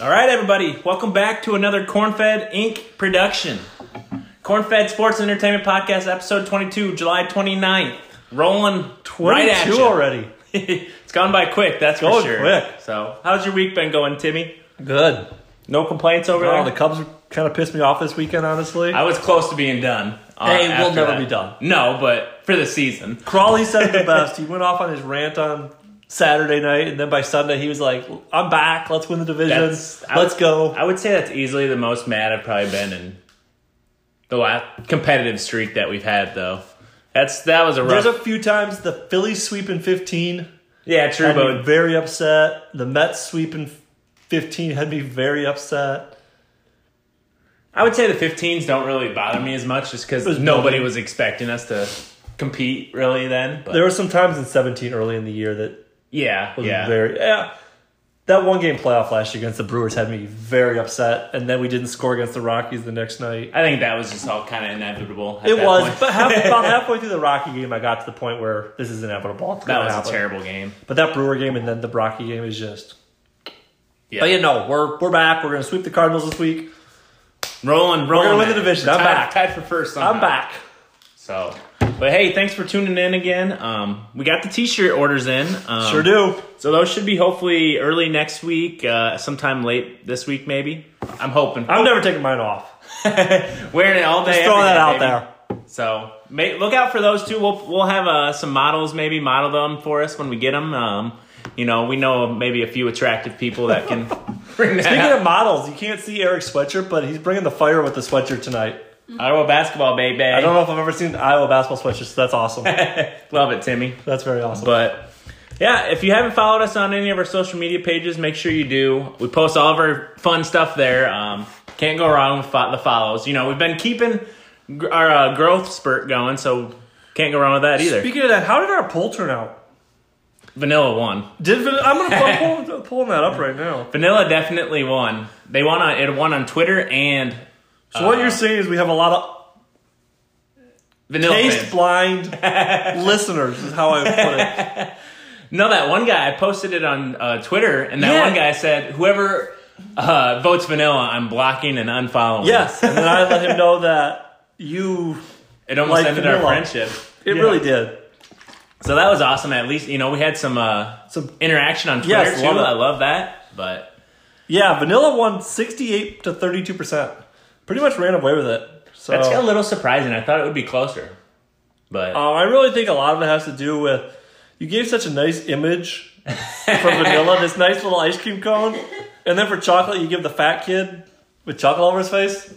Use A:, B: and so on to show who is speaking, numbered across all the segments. A: All right, everybody, welcome back to another Cornfed Inc. production. Cornfed Sports and Entertainment Podcast, episode 22, July 29th. Rolling right at you.
B: already.
A: it's gone by quick, that's for
B: Going
A: sure.
B: quick.
A: So, how's your week been going, Timmy?
B: Good.
A: No complaints over
B: Oh, the
A: there?
B: Cubs kind of pissed me off this weekend, honestly.
A: I was close to being done. uh,
B: Hey, we'll
A: after
B: never
A: that.
B: be done.
A: No, but for the season.
B: Crawley said it the best. He went off on his rant on Saturday night, and then by Sunday he was like, "I'm back. Let's win the division.
A: That's- I
B: Let's
A: would-
B: go."
A: I would say that's easily the most mad I've probably been in the last competitive streak that we've had, though. That's That was a rough.
B: There's a few times the Phillies sweeping 15
A: yeah, true,
B: had
A: but
B: me very upset. The Mets sweeping 15 had me very upset.
A: I would say the 15s don't really bother me as much just because
B: was
A: nobody
B: building.
A: was expecting us to compete really then. But
B: There were some times in 17 early in the year that
A: yeah, yeah.
B: very yeah. That one game playoff last year against the Brewers had me very upset, and then we didn't score against the Rockies the next night.
A: I think that was just all kind of inevitable. at
B: It
A: that
B: was,
A: point.
B: but half, about halfway through the Rocky game, I got to the point where this is inevitable. It's
A: that
B: gonna
A: was
B: happen.
A: a terrible game.
B: But that Brewer game and then the Rocky game is just.
A: Yeah.
B: But you know, we're we're back. We're gonna sweep the Cardinals this week.
A: rolling, rolling.
B: gonna win the
A: man.
B: division.
A: We're
B: I'm
A: tied,
B: back.
A: Tied for first. Somehow.
B: I'm back.
A: So, but hey, thanks for tuning in again. Um, we got the T-shirt orders in. Um,
B: Sure do.
A: So those should be hopefully early next week, uh, sometime late this week, maybe. I'm hoping.
B: I'm never taking mine off.
A: Wearing it all day.
B: Throwing
A: every
B: that
A: day,
B: out
A: baby.
B: there.
A: So may, look out for those two. We'll we'll have uh, some models maybe model them for us when we get them. Um, you know, we know maybe a few attractive people that can bring that.
B: Speaking
A: out.
B: of models, you can't see Eric's sweatshirt, but he's bringing the fire with the sweatshirt tonight.
A: Iowa basketball, baby.
B: I don't know if I've ever seen an Iowa basketball sweatshirt, so that's awesome.
A: love it, Timmy.
B: that's very awesome.
A: But yeah, if you haven't followed us on any of our social media pages, make sure you do. We post all of our fun stuff there. Um, can't go wrong with fo- the follows. You know, we've been keeping gr- our uh, growth spurt going, so can't go wrong with that either.
B: Speaking of that, how did our poll turn out?
A: Vanilla won.
B: Did Van- I'm gonna I'm pulling, pulling that up right now.
A: Vanilla definitely won. They won on it won on Twitter and
B: So
A: Uh,
B: what you're saying is we have a lot of
A: Vanilla.
B: taste
A: Taste
B: blind listeners is how I put it.
A: no, that one guy I posted it on uh, Twitter, and that
B: Yeah.
A: one guy said, "Whoever uh, votes Vanilla, I'm blocking and unfollowing."
B: Yes, and then I let him know that you.
A: it almost
B: Like
A: ended our
B: Vanilla.
A: friendship.
B: It
A: Yeah.
B: really did.
A: So that was awesome. At least you know we had some uh,
B: So
A: interaction on Twitter
B: Yes,
A: too.
B: love it.
A: I love that. But
B: yeah, Vanilla won 68 to 32 percent. Pretty much ran away with it. So
A: that's a little surprising. I thought it would be closer. But
B: Um, I really think a lot of it has to do with you gave such a nice image for vanilla, this nice little ice cream cone, and then for chocolate you give the fat kid with chocolate all over his face.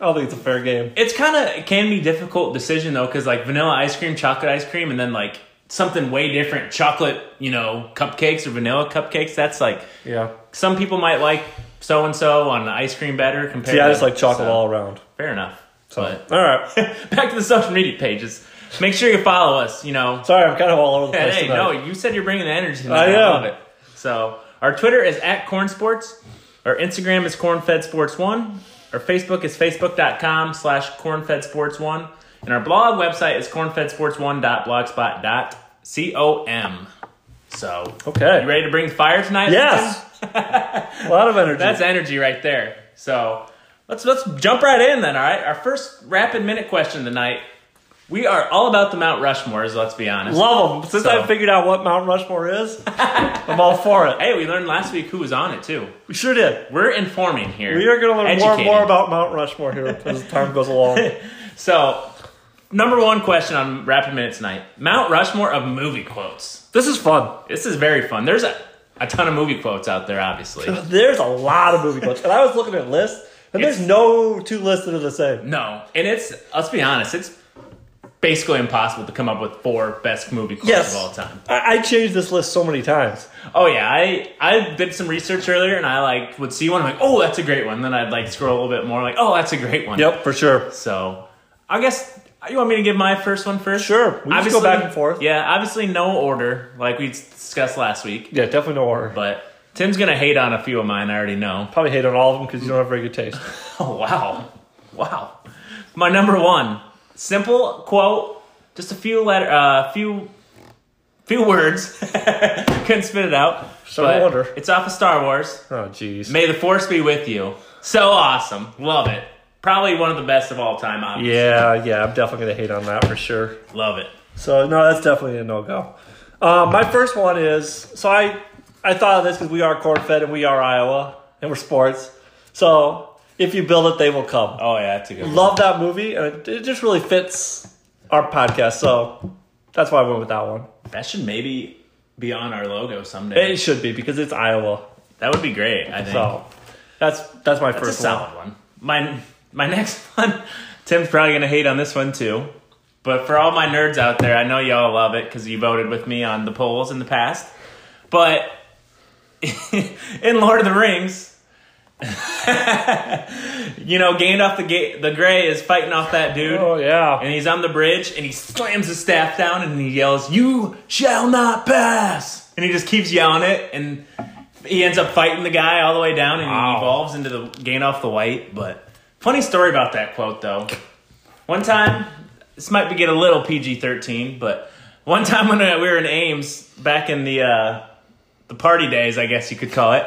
B: I don't think it's a fair game.
A: it's kind of it can be difficult decision though because like vanilla ice cream, chocolate ice cream, and then like something way different, chocolate you know cupcakes or vanilla cupcakes. That's like
B: Yeah.
A: some people might like so and so on the ice cream better compared.
B: See, I
A: to-
B: just like chocolate
A: so,
B: all around.
A: Fair enough. But
B: All right.
A: back to the social media pages. Make sure you follow us. You know,
B: Sorry, I'm kind of all over the place.
A: Hey,
B: tonight.
A: no, you said you're bringing the energy tonight. I,
B: I am.
A: love it. So our Twitter is at Corn Sports. Our Instagram is cornfedsports1. Our Facebook is facebook.com slash cornfedsports1. And our blog website is cornfedsports1.blogspot.com. So, you
B: Okay.
A: ready to bring the fire tonight?
B: Yes. a lot of energy.
A: That's energy right there. So let's let's jump right in then. All right, our first rapid minute question tonight. We are all about the Mount Rushmores. Let's be honest.
B: Love them. Since
A: So-
B: I figured out what Mount Rushmore is, I'm all for it.
A: Hey, we learned last week who was on it too.
B: We sure did.
A: We're informing here.
B: We are going to learn more and
A: Educating.
B: more about Mount Rushmore here as time goes along.
A: So, number one question on Rapid Minute tonight: Mount Rushmore of movie quotes.
B: This is fun.
A: This is very fun. There's a, a ton of movie quotes out there, obviously.
B: There's a lot of movie quotes, and I was looking at lists, and there's no two lists that are the same.
A: No, and it's let's be honest, it's basically impossible to come up with four best movie quotes
B: Yes,
A: of all time.
B: I, I changed this list so many times.
A: Oh yeah, I I did some research earlier, and I like would see one, I'm like, oh, that's a great one. Then I'd like scroll a little bit more, like, oh, that's a great one.
B: Yep, for sure.
A: So, I guess you want me to give my first one first?
B: Sure, we just go
A: Obviously-
B: back and forth.
A: Yeah, obviously no order, like we discussed last week.
B: Yeah, definitely no order.
A: But Tim's gonna hate on a few of mine. I already know.
B: Probably hate on all of them because you don't have very good taste.
A: Oh wow, wow. My number one simple quote, just a few letter, uh, few Few words. Couldn't spit it out.
B: So no
A: but
B: wonder.
A: It's off of Star Wars.
B: Oh, jeez.
A: May the Force be with you. So awesome. Love it. Probably one of the best of all time, obviously.
B: Yeah, yeah, I'm definitely gonna hate on that for sure.
A: Love it.
B: So no, that's definitely a no go. Um, my first one is so I I thought of this because we are corn fed and we are Iowa and we're sports. So if you build it, they will come.
A: Oh, yeah, that's a good one.
B: Love that movie, and it, it just really fits our podcast. So that's why I went with that one.
A: That should maybe be on our logo someday.
B: It should be because it's Iowa.
A: that would be great, I think.
B: So that's that's my
A: That's
B: first
A: a
B: one.
A: solid one. My my next one, Tim's probably gonna hate on this one too. But for all my nerds out there, I know y'all love it because you voted with me on the polls in the past. But in Lord of the Rings, you know, Gandalf the ga- the Gray is fighting off that dude,
B: Oh yeah,
A: and he's on the bridge, and he slams his staff down, and he yells, "You shall not pass!" And he just keeps yelling it, and he ends up fighting the guy all the way down and
B: Wow.
A: he evolves into the Gandalf the White. But funny story about that quote though. One time, this might be get a little PG thirteen, but one time when we were in Ames back in the uh, the party days, I guess you could call it.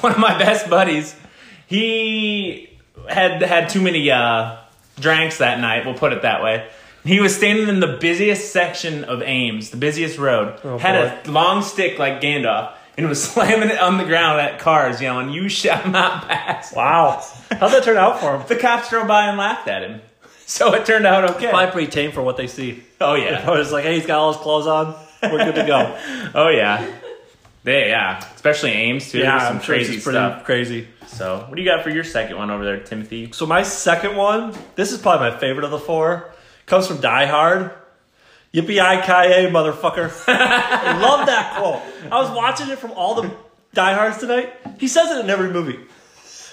A: one of my best buddies, he had had too many uh, drinks that night. We'll put it that way. He was standing in the busiest section of Ames, the busiest road. had a
B: Oh, boy.
A: long stick like Gandalf and was slamming it on the ground at cars, yelling, You shall not pass.
B: wow. How'd that turn out for him?
A: The cops drove by and laughed at him. So it turned out okay.
B: Probably pretty tame for what they see.
A: Oh,
B: I
A: yeah.
B: was like, hey, he's got all his clothes on. We're good to go.
A: Oh, yeah. They, yeah. Especially Ames, too.
B: yeah,
A: Some
B: I'm sure
A: crazy
B: it's pretty
A: stuff.
B: crazy.
A: So, what do you got for your second one over there, Timothy?
B: So my second one, this is probably my favorite of the four, comes from Die Hard. Yippee I ki yay, motherfucker! I love that quote. I was watching it from all the Die Hards tonight. He says it in every movie.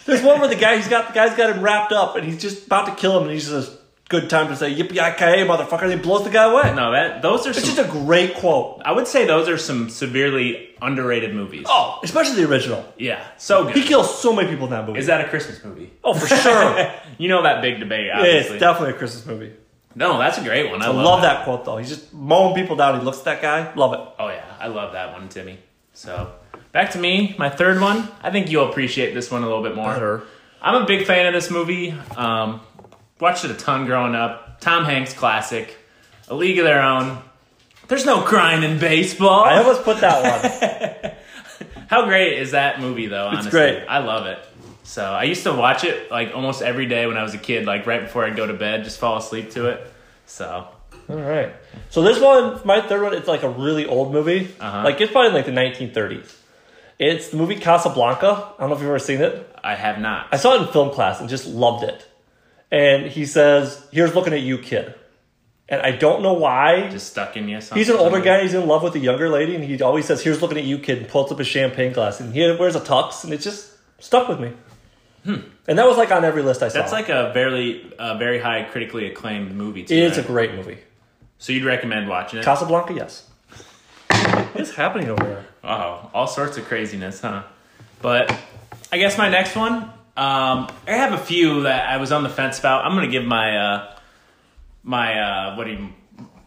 B: There's one where the guy he's got the guy's got him wrapped up and he's just about to kill him and he says, "Good time to say yippee I ki yay, motherfucker!" And he blows the guy away.
A: No, that those are
B: It's
A: some.
B: just a great quote.
A: I would say those are some severely underrated movies.
B: Oh, especially the original.
A: Yeah, so
B: He
A: good.
B: kills so many people in that movie.
A: Is that a Christmas movie?
B: oh, for sure.
A: You know that big debate,
B: it's
A: obviously.
B: definitely a Christmas movie.
A: no, that's a great one. I,
B: I
A: love,
B: love
A: that.
B: that quote though. He's just mowing people down. He looks at that guy. Love it.
A: Oh yeah, I love that one, Timmy. So back to me, my third one. I think you'll appreciate this one a little bit more. I'm a big fan of this movie. Um, watched it a ton growing up. Tom Hanks classic, A League of Their Own. There's no crying in baseball.
B: I almost put that one.
A: How great is that movie though? Honestly,
B: great.
A: I love it. So I used to watch it like almost every day when I was a kid, like right before I'd go to bed, just fall asleep to it. So
B: All right. So this one, my third one, it's like a really old movie.
A: Uh-huh.
B: Like it's probably like the 1930s. It's the movie Casablanca. I don't know if you've ever seen it.
A: I have not.
B: I saw it in film class and just loved it. And he says, "Here's looking at you, kid." And I don't know why.
A: Just stuck in you.
B: He's an older guy. He's in love with a younger lady, and he always says, "Here's looking at you, kid," and pulls up his champagne glass, and he wears a tux, and it just stuck with me. And that was Hmm. like on every list I saw.
A: That's like a very, uh, very high critically acclaimed movie. Too,
B: It is a
A: right?
B: great movie.
A: so you'd recommend watching it?
B: Casablanca, yes. What is happening over there?
A: Wow, Oh, all sorts of craziness, huh? But I guess my next one, um, I have a few that I was on the fence about. I'm gonna give my uh, my uh, what do you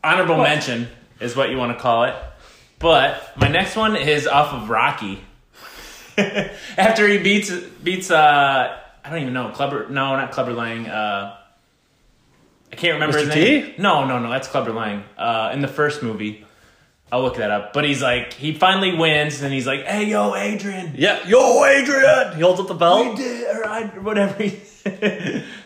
A: honorable mention is what you want to call it. But my next one is off of Rocky. After he beats beats uh, I don't even know Clubber no not Clubber Lang uh, I can't remember
B: Mr.
A: his
B: T?
A: name. No no no that's Clubber Lang uh, in the first movie. I'll look that up. But he's like, he finally wins, and he's like, "Hey, yo, Adrian,
B: Yeah, yo, Adrian. He holds up the
A: I
B: bell.
A: did or I whatever." he-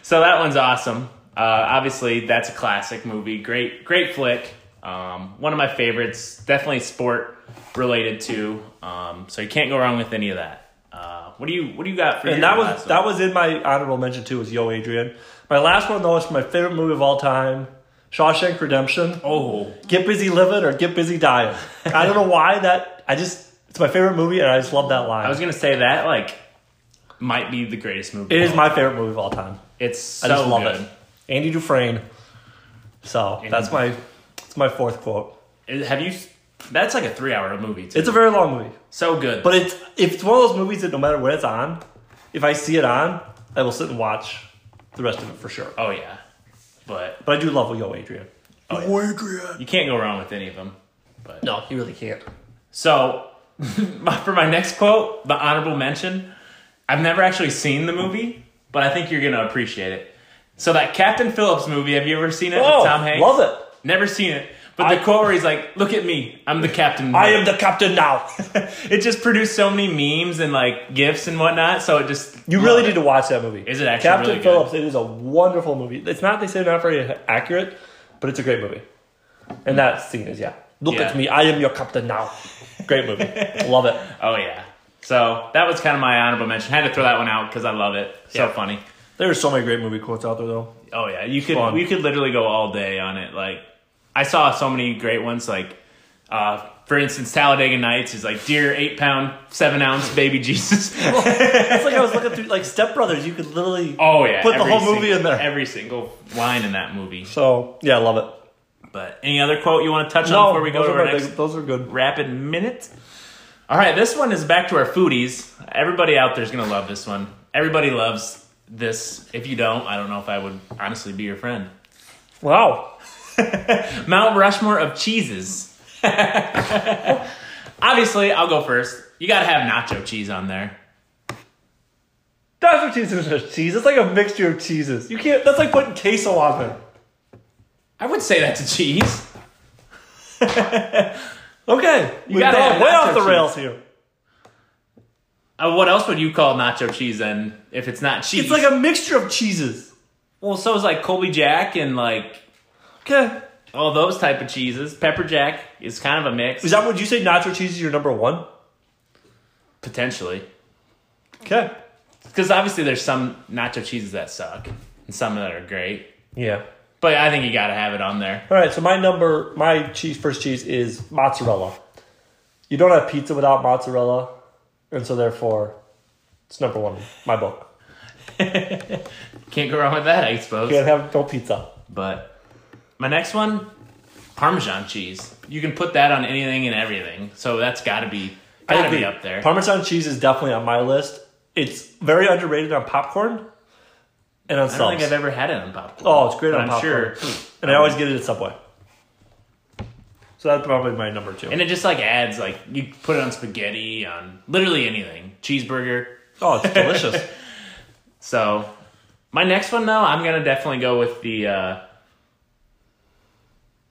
A: so that one's awesome. Uh, obviously, that's a classic movie. Great, great flick. Um, one of my favorites. Definitely sport related too. Um, so you can't go wrong with any of that. Uh, what do you What do you got for
B: And
A: your
B: that was
A: last
B: that
A: one?
B: was in my honorable mention too. Was yo, Adrian. My last one though is my favorite movie of all time, Shawshank Redemption.
A: oh
B: Get busy living or get busy dying. I don't know why that. I just it's my favorite movie, and I just love that line.
A: I was gonna say that like might be the greatest movie.
B: it is my favorite movie of all time.
A: It's
B: I
A: so
B: just love
A: good.
B: it. Andy Dufresne. So that's my it's my fourth quote.
A: It- Have you? That's like a three hour movie too.
B: It's a very long movie.
A: so good.
B: But it's if it's one of those movies that no matter where it's on, if I see it on, I will sit and watch the rest of it for sure.
A: Oh yeah, but
B: But I do love Yo Adrian.
A: Oh,
B: Yo Adrian.
A: you can't go wrong with any of them. But
B: No, you really can't.
A: So, for my next quote, the honorable mention, I've never actually seen the movie, but I think you're going to appreciate it. So, that Captain Phillips movie, have you ever seen it? with Tom Hanks?
B: Oh, love it.
A: Never seen it. But the
B: I-
A: quote where he's like, look at me, I'm the captain.
B: I am the captain now.
A: it just produced so many memes and like gifs and whatnot. So, it just.
B: You really need to watch that movie.
A: Is it actually
B: Captain
A: really good?
B: Phillips? It is a wonderful movie. It's not they say not very accurate, but it's a great movie. And that scene is yeah. Look
A: Yeah.
B: at me, I am your captain now. Great movie, love it.
A: Oh, yeah. So, that was kind of my honorable mention. had to throw that one out because I love it. So
B: Yeah.
A: funny.
B: There are so many great movie quotes out there though.
A: Oh yeah, you could
B: Fun.
A: we could literally go all day on it. Like I saw so many great ones. Like uh, for instance, Talladega Nights is like, "Dear eight pound seven ounce baby Jesus."
B: It's like I was looking through like Step Brothers. You could literally
A: oh yeah,
B: put the
A: every
B: whole movie
A: single-
B: in there.
A: Every single line in that movie.
B: So yeah, I love it. Oh,
A: But any other quote you want to touch on before we go
B: those
A: to
B: are
A: our
B: my
A: next
B: big- those are good.
A: rapid minute? All right, this one is back to our foodies. Everybody out there's gonna love this one. Everybody loves this. If you don't, I don't know if I would honestly be your friend.
B: Wow,
A: Mount Rushmore of cheeses. Obviously, I'll go first. You gotta have nacho cheese on there.
B: nacho cheese is just cheese. It's like a mixture of cheeses. You can't. That's like putting queso on there.
A: I would say that's a cheese.
B: Okay, you
A: gotta have
B: way
A: nacho
B: off the
A: cheese.
B: rails here.
A: Uh, what else would you call nacho cheese then if it's not cheese?
B: It's like a mixture of cheeses.
A: well, so is like Colby Jack and like
B: Okay.
A: all those type of cheeses. Pepper Jack is kind of a mix,
B: Is that would you say nacho cheese is your number one?
A: potentially.
B: Okay.
A: Because obviously, there's some nacho cheeses that suck and some that are great.
B: Yeah.
A: But I think you gotta have it on there.
B: All right. So my number, my cheese, first cheese is mozzarella. You don't have pizza without mozzarella, and so therefore, it's number one. in My book.
A: Can't go wrong with that, I suppose.
B: You can't have no pizza.
A: But my next one, Parmesan cheese. You can put that on anything and everything. So that's got to be got to be up there.
B: Parmesan cheese is definitely on my list. It's very underrated on popcorn,
A: I
B: and on
A: don't
B: subs.
A: think I've ever had it on popcorn.
B: oh, it's great
A: but
B: on
A: I'm
B: popcorn.
A: sure.
B: And I always get it at Subway. So that's probably my number two.
A: And it just like adds like you put it on spaghetti, on literally anything, cheeseburger.
B: oh, it's delicious.
A: So my next one though, I'm gonna definitely go with the. uh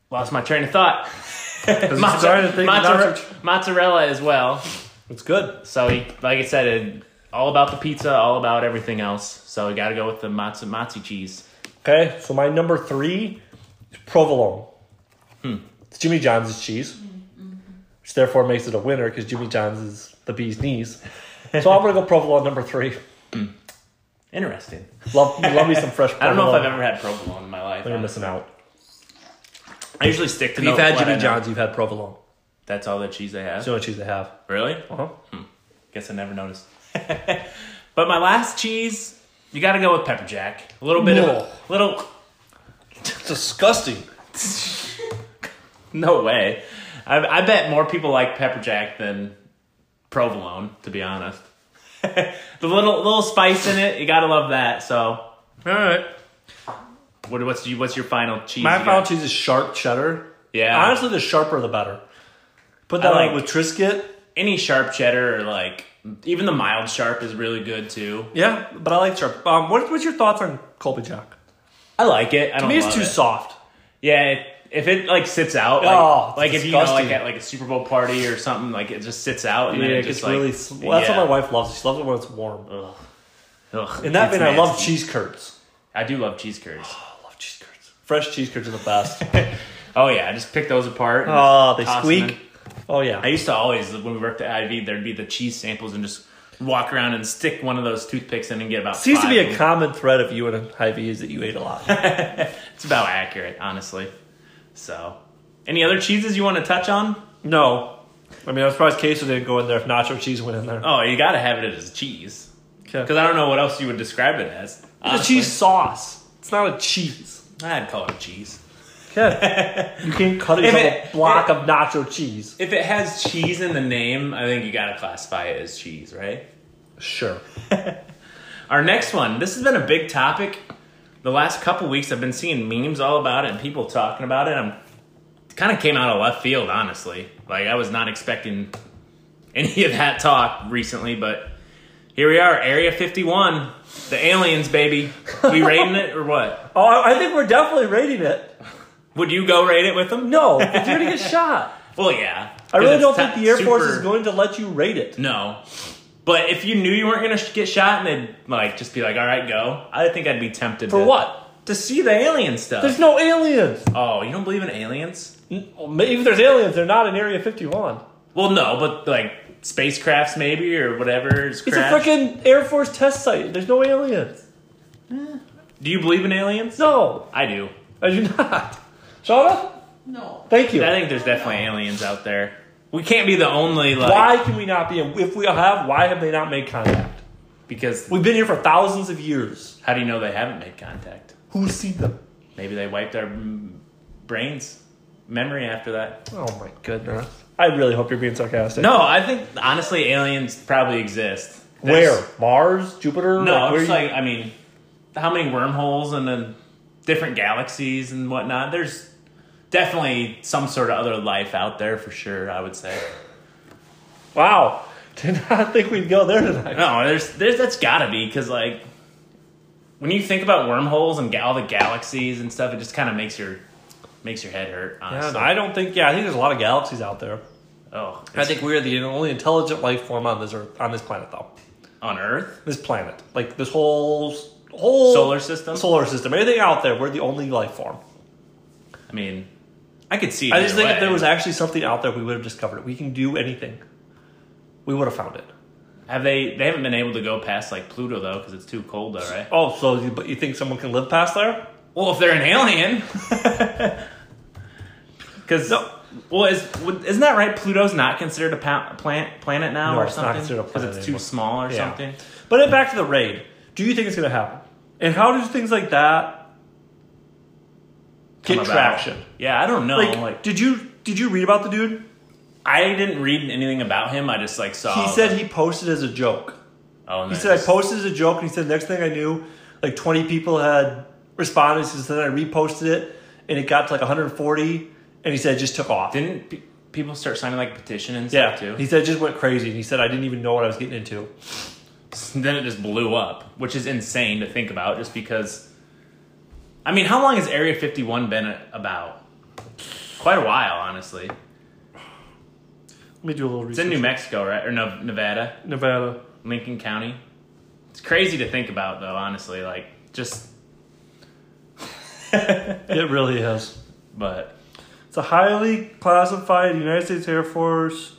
A: Lost my train of thought. Mozza-
B: started thinking
A: mozzarella,
B: nacho-
A: mozzarella as well.
B: it's good.
A: So, he, like I said, it, all about the pizza, all about everything else. So we got to go with the matzo matzo cheese.
B: Okay, so my number three is provolone.
A: Hmm.
B: It's Jimmy John's cheese,
A: Mm-hmm.
B: which therefore makes it a winner because Jimmy John's is the bee's knees. So I'm gonna go provolone number three.
A: Interesting.
B: Love, love me some fresh. Provolone.
A: I don't know if I've ever had provolone in my life.
B: You're missing out.
A: I usually stick to.
B: If you've
A: the-
B: had
A: what I
B: Jimmy
A: know.
B: John's, you've had provolone.
A: That's all the cheese I have.
B: It's the only cheese they have.
A: really? Hmm.
B: Uh-huh.
A: Guess I never noticed. but my last cheese, you got to go with pepper jack. A little bit
B: No.
A: of a little.
B: It's disgusting.
A: No way. I, I bet more people like pepper jack than provolone. To be honest, the little little spice in it, you gotta love that. So
B: All right,
A: What, what's you, what's your final cheese?
B: my
A: you
B: found
A: got?
B: cheese is sharp cheddar.
A: Yeah,
B: Honestly, the sharper the better. Put
A: I
B: that like,
A: like-
B: with Triscuit.
A: any sharp cheddar or like even the mild sharp is really good too.
B: Yeah, but I like sharp. Um, what, what's your thoughts on Colby Jack?
A: I like it. I don't.
B: To me, it's
A: love
B: too
A: it.
B: soft.
A: Yeah, it, if it like sits out, like,
B: Oh, it's
A: like if you know, like
B: disgusting.
A: at like a Super Bowl party or something, like it just sits out and
B: Yeah,
A: then it
B: it
A: just
B: gets
A: like
B: really. Sl- well, that's
A: yeah.
B: what my wife loves. She loves it when it's warm.
A: Ugh. Ugh,
B: And that
A: it's
B: mean, I love
A: nasty.
B: cheese curds.
A: I do love cheese curds.
B: Oh, I love cheese curds. Fresh cheese curds are the best.
A: Oh yeah, I just pick those apart. and
B: oh, they
A: toss them in.
B: squeak. Oh yeah.
A: I used to always when we worked at IV, there'd be the cheese samples and just walk around and stick one of those toothpicks in and get about.
B: Seems to be
A: five.
B: a common thread of you and Hy-Vee is that you ate a lot.
A: It's about accurate, honestly. So, any other cheeses you want to touch on?
B: no, I mean I'm surprised queso didn't go in there if nacho cheese went in there.
A: Oh, you got to have it as cheese because I don't know what else you would describe it as.
B: It's a cheese sauce. It's not a cheese.
A: I'd call it cheese.
B: you can't cut it
A: If
B: into
A: it-
B: a block of nacho cheese.
A: If it has cheese in the name, I think you got to classify it as cheese, right?
B: Sure.
A: Our next one. This has been a big topic. The last couple weeks, I've been seeing memes all about it and people talking about it. I'm kind of came out of left field, honestly. Like I was not expecting any of that talk recently, but here we are, Area 51, the aliens, baby. We raiding it or what?
B: Oh, I I think we're definitely rating it.
A: Would you go raid it with them?
B: No, 'cause you're gonna get shot.
A: Well, yeah.
B: I
A: 'Cause
B: really
A: it's
B: don't
A: ta-
B: think the Air Force
A: super-
B: is going to let you rate it.
A: No. But if you knew you weren't gonna sh- get shot and they'd like just be like, "All right, go," I think I'd be tempted
B: For
A: to,
B: what?
A: to see the alien stuff.
B: There's no aliens.
A: oh, you don't believe in aliens?
B: Well, Maybe if there's aliens, they're not in Area 51.
A: Well, no, but like spacecrafts maybe or whatever. Is
B: It's
A: crashed.
B: a freaking Air Force test site. There's no aliens.
A: Do you believe in aliens?
B: No,
A: I do.
B: I do not. Shauna,
C: No.
B: thank you.
A: I think there's definitely aliens out there. We can't be the only like
B: Why can we not be? in- If we have, why have they not made contact?
A: because
B: We've been here for thousands of years.
A: how do you know they haven't made contact?
B: Who's seen them?
A: Maybe they wiped our mm, brains memory after that.
B: Oh my goodness. I really hope you're being sarcastic.
A: No, I think honestly aliens probably exist. There's-
B: Where? Mars? Jupiter?
A: No,
B: where
A: I'm just
B: you-
A: like I mean, how many wormholes and then different galaxies and whatnot? There's definitely some sort of other life out there for sure. I would say.
B: Wow. Did not think we'd go there tonight.
A: No, there's there's that's gotta be because like when you think about wormholes and ga- all the galaxies and stuff, it just kind of makes your makes your head hurt.
B: Yeah,
A: Honestly.
B: no, I don't think. Yeah, I think there's a lot of galaxies out there.
A: oh,
B: I think we're the only intelligent life form on this earth, on this planet, though.
A: on Earth,
B: This planet, like this whole whole
A: solar system.
B: solar system, anything out there, we're the only life form.
A: I mean, I could see.
B: I just
A: either
B: think
A: way.
B: if there was actually something out there, we would have discovered it. We can do anything. We would have found it.
A: have they they haven't been able to go past like Pluto though because it's too cold there, right?
B: Oh, so you, but you think someone can live past there?
A: Well, if they're an alien, because well, is would- isn't that right? Pluto's not considered a pa- plant planet now
B: No,
A: or
B: it's not
A: something
B: considered a planet
A: it's
B: anymore.
A: too small or
B: Yeah.
A: something.
B: But then back to the raid. Do you think it's going to happen? And how do things like that
A: Come
B: get
A: about.
B: traction?
A: Yeah, I don't know.
B: Like,
A: like
B: did you did you read about the dude?
A: I didn't read anything about him. I just like saw.
B: he said he posted as a joke.
A: Oh, and
B: He
A: then
B: said I
A: just-
B: posted as a joke, and he said next thing I knew, like 20 people had responded. So then I reposted it, and it got to like 140, and he said it just took off.
A: Didn't pe- people start signing like petition and
B: yeah,
A: stuff too?
B: he said it just went crazy, and he said I didn't even know what I was getting into.
A: then it just blew up, which is insane to think about. Just because. I mean, how long has Area Fifty One been a- about? Quite a while, honestly.
B: Let me do a little
A: It's
B: research.
A: in New Mexico, right, or no, Nevada,
B: Nevada.
A: Lincoln County. It's crazy to think about, though. Honestly, like just.
B: It really is.
A: But
B: It's a highly classified United States Air Force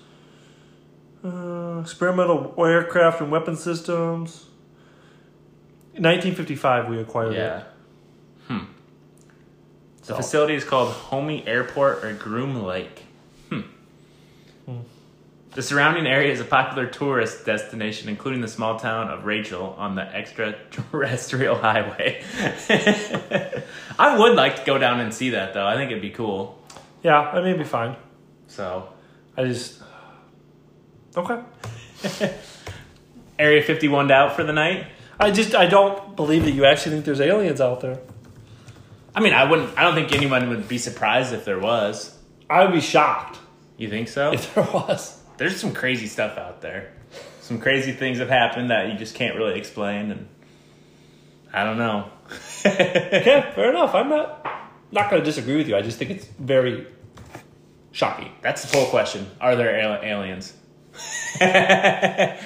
B: uh, experimental aircraft and weapon systems. In 1955, we acquired
A: yeah.
B: it.
A: Hmm. The
B: So-
A: facility is called Homey Airport or Groom Lake. Hmm. The surrounding area is a popular tourist destination, including the small town of Rachel on the extraterrestrial highway. I would like to go down and see that, though. I think it'd be cool.
B: Yeah, I may be fine.
A: So,
B: I just. Okay.
A: Area 51 out for the night.
B: I just I don't believe that you actually think there's aliens out there.
A: I mean, I wouldn't. I don't think anyone would be surprised if there was.
B: I would be shocked
A: You think so?
B: if there was.
A: there's some crazy stuff out there. Some crazy things have happened that you just can't really explain, and I don't know.
B: Okay, fair enough. I'm not not going to disagree with you. I just think it's very shocking.
A: That's the poll question: Are there al- aliens? I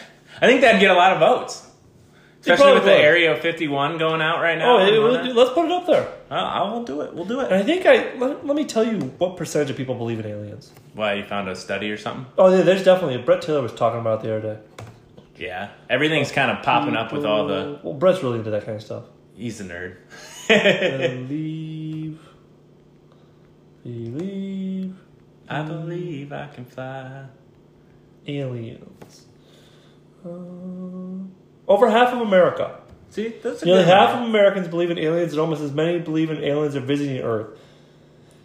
A: think that'd get a lot of votes, especially
B: probably
A: with
B: would.
A: the Area 51 going out right now.
B: Oh, hey,
A: Wanna-
B: we'll do- let's put it up there.
A: Oh, I will do it. We'll do
B: And
A: it.
B: I think I let, let me tell you what percentage of people believe in aliens.
A: Why you found a study or something?
B: Oh, yeah, there's definitely Brett Taylor was talking about it the other day.
A: Yeah, everything's kind of popping up with all the.
B: well, Brett's really into that kind of stuff.
A: He's a nerd.
B: believe, believe
A: I believe I can fly.
B: aliens. Um, over half of America
A: See, that's a
B: Nearly
A: good
B: half
A: one.
B: of Americans believe in aliens, and almost as many believe in aliens are visiting Earth.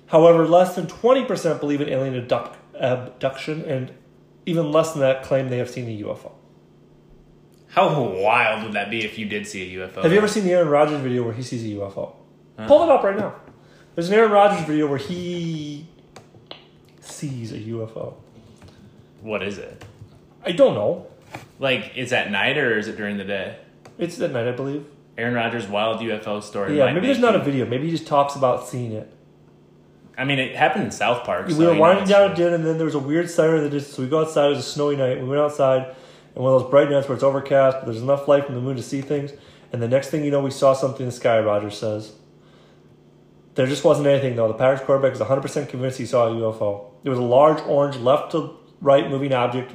B: However, less than 20% believe in alien abduct- abduction, and even less than that claim they have seen a UFO.
A: How wild would that be if you did see a UFO?
B: Have you ever seen the Aaron Rodgers video where he sees a UFO? Pull it up right now. There's an Aaron Rodgers video where he sees a UFO.
A: What is it?
B: I don't know.
A: Like, it's at night or is it during the day?
B: It's at night, I believe.
A: Aaron Rodgers' wild UFO story.
B: Yeah,
A: might
B: maybe
A: make
B: there's not
A: you-
B: a video. Maybe he just talks about seeing it.
A: I mean, it happened in South Park. so
B: we were
A: you know
B: winding
A: it's
B: down
A: true.
B: at dinner, and then there was a weird siren in the distance. So we go outside. It was a snowy night. We went outside, and one of those bright nights where it's overcast, but there's enough light from the moon to see things. And the next thing you know, we saw something in the sky. Rogers says. There just wasn't anything though. The Packers quarterback was 100 percent convinced he saw a UFO. It was a large orange left to right moving object.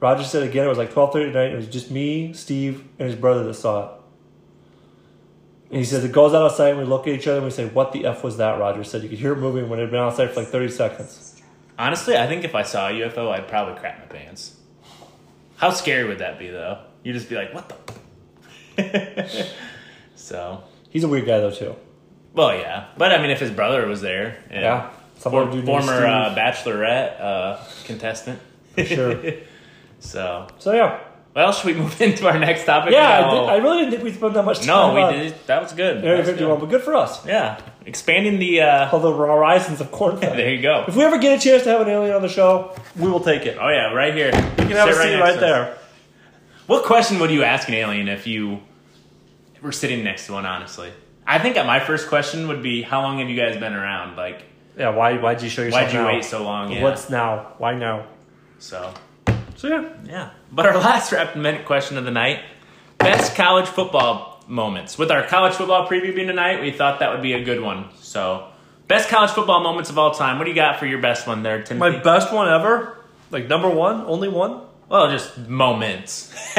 B: Rogers said again, it was like 12:30 at night. and It was just me, Steve, and his brother that saw it. And he says it goes out outside, and we look at each other and we say, "What the f was that?" Rogers said. You could hear it moving when it had been outside for like 30 seconds.
A: Honestly, I think if I saw a UFO, I'd probably crap my pants. How scary would that be, though? You'd just be like, what the? so,
B: He's a weird guy though too.
A: well, yeah. But I mean, if his brother was there, and
B: Yeah,
A: for-
B: Someone dude named
A: former
B: Steve,
A: uh, bachelorette uh, contestant.
B: for sure.
A: So,
B: So yeah,
A: well, should we move into our next topic?
B: yeah. I,
A: No.
B: did, I really didn't think we spent that much time.
A: no,
B: on
A: we did. That was good.
B: Area
A: That was good.
B: 51, but good for us.
A: Yeah, expanding the. Uh,
B: Although we're horizons of corn. fed.
A: there you go.
B: If we ever get a chance to have an alien on the show, we will take it.
A: Oh yeah, right here. You
B: You can have a seat right there.
A: What question would you ask an alien if you were sitting next to one? Honestly, I think my first question would be, "How long have you guys been around? Like,
B: Yeah, why why'd you show yourself?
A: why'd you
B: now?
A: wait so long?" Yeah.
B: What's now? Why now?
A: so?
B: So yeah.
A: Yeah. But our last rapid minute question of the night: best college football moments. With our college football preview being tonight, we thought that would be a good one. So, best college football moments of all time. What do you got for your best one there, Timothy?
B: My best one ever, like number one, only one.
A: Well, just moments.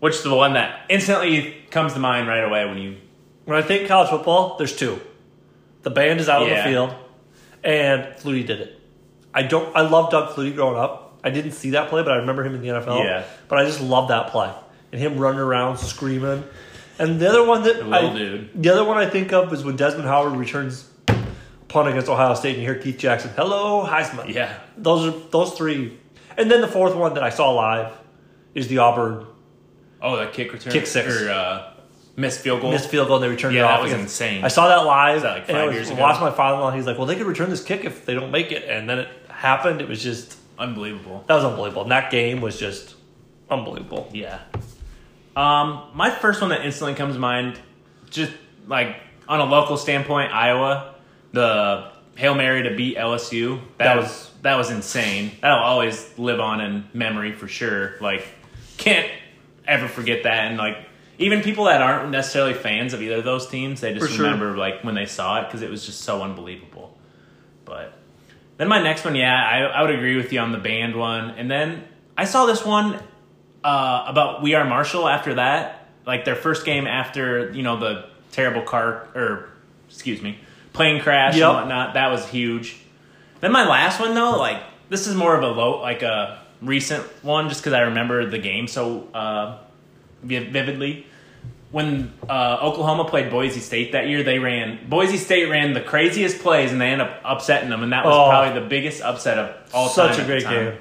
A: Which is the one that instantly comes to mind right away when you.
B: When I think college football, there's two. The band is out on
A: Yeah.
B: the field, and Flutie did it. I don't. I love Doug Flutie growing up. I didn't see that play, but I remember him in the NFL.
A: Yeah.
B: But I just love that play and him running around screaming. And the other one that
A: little
B: I,
A: dude.
B: the other one I think of is when Desmond Howard returns punt against Ohio State, and you hear Keith Jackson, "Hello Heisman."
A: Yeah.
B: Those are those three, and then the fourth one that I saw live is the Auburn
A: Oh, the kick return.
B: Kick six.
A: Or uh, missed field goal.
B: missed field goal and they returned
A: Yeah,
B: it
A: that
B: off
A: was
B: again.
A: insane.
B: I saw that live.
A: that like five
B: and I was-
A: years ago?
B: watched my father-in-law. He's like, "Well, they could return this kick if they don't make it," and then it happened. It was just
A: Unbelievable.
B: that was unbelievable. And that game was just unbelievable.
A: Yeah. Um, my first one that instantly comes to mind, just like on a local standpoint, Iowa, the Hail Mary to beat LSU.
B: That
A: That,
B: was-
A: was that was insane. That'll always live on in memory for sure. Like can't ever forget that and like even people that aren't necessarily fans of either of those teams, they
B: For
A: just
B: sure.
A: remember like when they saw it because it was just so unbelievable. But then my next one, yeah, I, I would agree with you on the band one. And then I saw this one uh, about We Are Marshall after that, like their first game after you know the terrible car or excuse me plane crash
B: Yep.
A: and whatnot. That was huge. Then my last one though, like this is more of a low, like a recent one, just because I remember the game so uh, vi- vividly. When uh, Oklahoma played Boise State that year, they ran Boise State ran the craziest plays and they ended up upsetting them, and that was
B: Oh.
A: probably the biggest upset of all time.
B: Such a
A: at the
B: great
A: time.
B: game.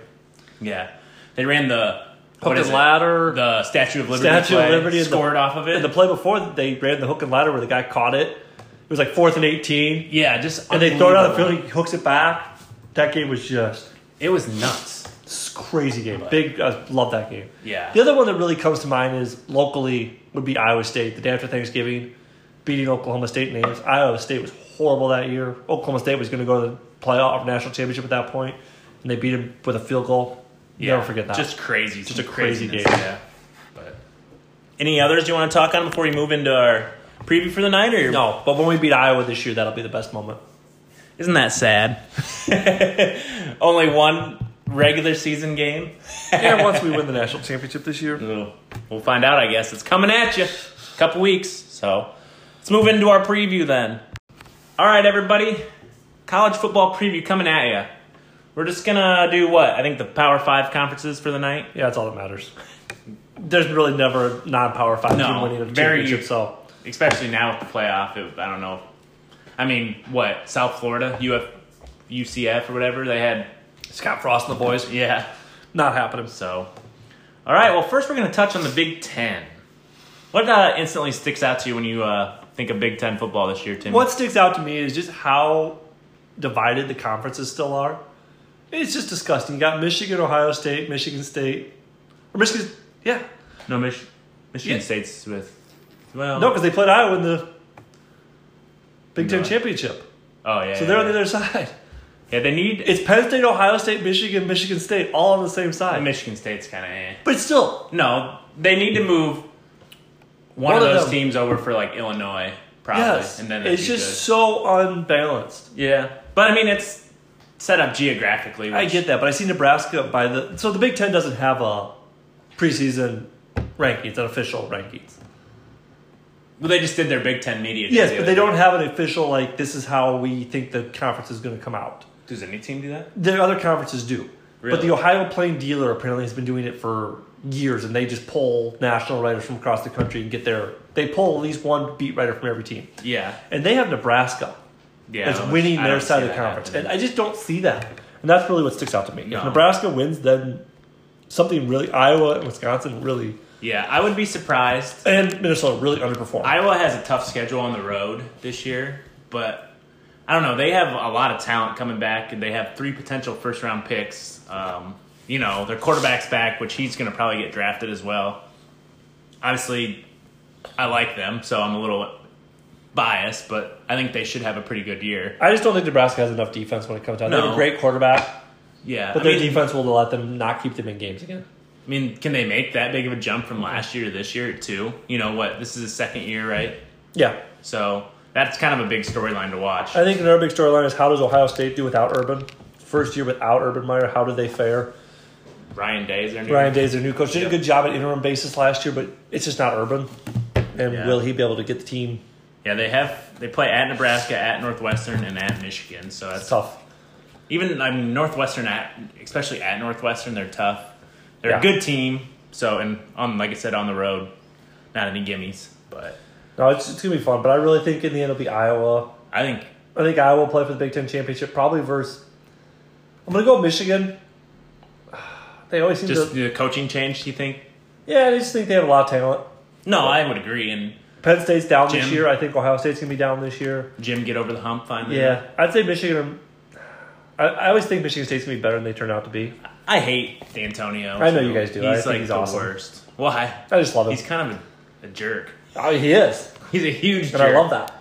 A: Yeah, they ran the what
B: Hook
A: is
B: and
A: it?
B: ladder.
A: the Statue of Liberty.
B: Statue of
A: play,
B: Liberty and the-
A: scored off of it.
B: and the play before they ran the hook and ladder where the guy caught it. It was like fourth and eighteen,
A: yeah, just
B: and they throw it out of the
A: unbelievable.
B: field. He hooks it back. That game was just
A: It was nuts.
B: It's a crazy game. Big, I love that game.
A: Yeah.
B: The other one that really comes to mind is locally would be Iowa State the day after Thanksgiving, beating Oklahoma State names. Iowa State was horrible that year. Oklahoma State was going to go to the playoff national championship at that point, and they beat him with a field goal. Never forget that.
A: Just crazy. Just
B: a crazy game.
A: Yeah. But any others you want to talk on before we move into our preview for the night? Or
B: no, but when we beat Iowa this year, that'll be the best moment.
A: isn't that sad? Only one regular season game.
B: and once we win the national championship this year,
A: Ugh. We'll find out, I guess. It's coming at you. Couple weeks. So let's move into our preview then. All right, everybody. College football preview coming at you. We're just going to do what? I think the Power Five conferences for the night.
B: yeah, that's all that matters. There's really never a non-power five
A: No,
B: team winning a
A: very-
B: championship, so
A: Especially now with the playoff. It, I don't know. I mean, what? South Florida? UF, UCF or whatever? They had.
B: Scott Frost and the boys,
A: Yeah.
B: not happening.
A: So. All right, well, first we're going to touch on the Big Ten. What uh, instantly sticks out to you when you uh, think of Big Ten football this year, Tim?
B: What sticks out to me is just how divided the conferences still are. It's just disgusting. You got Michigan, Ohio State, Michigan State, or Michigan. Yeah,
A: No, Mich- Michigan
B: Yeah.
A: State's with. Well,
B: no, because they played Iowa in the Big Ten
A: No.
B: championship,
A: oh yeah.
B: so they're
A: yeah,
B: on the
A: yeah.
B: other side.
A: Yeah, they need.
B: It's Penn State, Ohio State, Michigan, Michigan State, all on the same side.
A: Michigan State's kind of. Eh.
B: but still,
A: No, they need to move one,
B: One
A: of
B: of
A: those
B: them.
A: teams over for like Illinois, probably,
B: yes,
A: and then they'd
B: it's
A: be
B: just so unbalanced.
A: good. yeah. But I mean, it's set up geographically. Which,
B: I get that, but I see Nebraska by the so the Big Ten doesn't have a preseason rankings, an official rankings.
A: Well, they just did their Big Ten media.
B: Yes,
A: the
B: but
A: other
B: they don't
A: day.
B: have an official like this is how we think the conference is going to come out.
A: Does any team do that?
B: Their other conferences do, but
A: Really?
B: the Ohio Plain Dealer apparently has been doing it for years, and they just pull national writers from across the country and get their they pull at least one beat writer from every team,
A: Yeah,
B: and they have Nebraska
A: yeah.
B: that's
A: I don't-
B: winning
A: I
B: their
A: don't see
B: side of the
A: that
B: conference,
A: happening.
B: and I just don't see that, and that's really what sticks out to me.
A: No.
B: If Nebraska wins, then something really Iowa and Wisconsin really
A: yeah, I would be surprised
B: and Minnesota really underperform.
A: Iowa has a tough schedule on the road this year, but I don't know. They have a lot of talent coming back, and they have three potential first round picks. Um, you know, their quarterback's back, which he's going to probably get drafted as well. Obviously, I like them, so I'm a little biased, but I think they should have a pretty good year.
B: I just don't think Nebraska has enough defense when it comes down. They have
A: No.
B: a great quarterback.
A: Yeah.
B: But
A: I,
B: their
A: mean,
B: defense will let them not keep them in games again.
A: I mean, can they make that big of a jump from last year to this year, too? You know what? This is the second year, right?
B: Yeah.
A: So that's kind of a big storyline to watch.
B: I think another big storyline is how does Ohio State do without Urban? First year without Urban Meyer, how do they fare?
A: Ryan Day's their new
B: Ryan Day's their new coach. Did
A: Yep.
B: a good job at interim basis last year, but it's just not Urban. And
A: Yeah.
B: will he be able to get the team?
A: Yeah, they have they play at Nebraska, at Northwestern, and at Michigan. So
B: It's
A: that's
B: tough.
A: even I mean Northwestern at especially at Northwestern, they're tough. They're a
B: Yeah.
A: good team. So and on like I said on the road, not any gimmies, but
B: No, it's, it's going to be fun, but I really think in the end it'll be Iowa.
A: I think
B: I think Iowa will play for the Big Ten championship, probably versus. I'm going to go Michigan. They always seem
A: just
B: to.
A: the coaching change. You think?
B: Yeah, I just think they have a lot of talent.
A: No, I would agree. And
B: Penn State's down this
A: Jim.
B: year. I think Ohio State's going to be down this year.
A: Jim get over the hump finally.
B: Yeah, I'd say Michigan. I, I always think Michigan State's gonna be better than they turn out to be.
A: I hate D'Antonio.
B: I know
A: too.
B: you guys do. I
A: He's
B: think
A: like
B: he's
A: the
B: awesome.
A: worst. Why?
B: I just love him.
A: He's kind of a, a jerk.
B: oh, he is,
A: He's a huge
B: and
A: jerk.
B: I love that.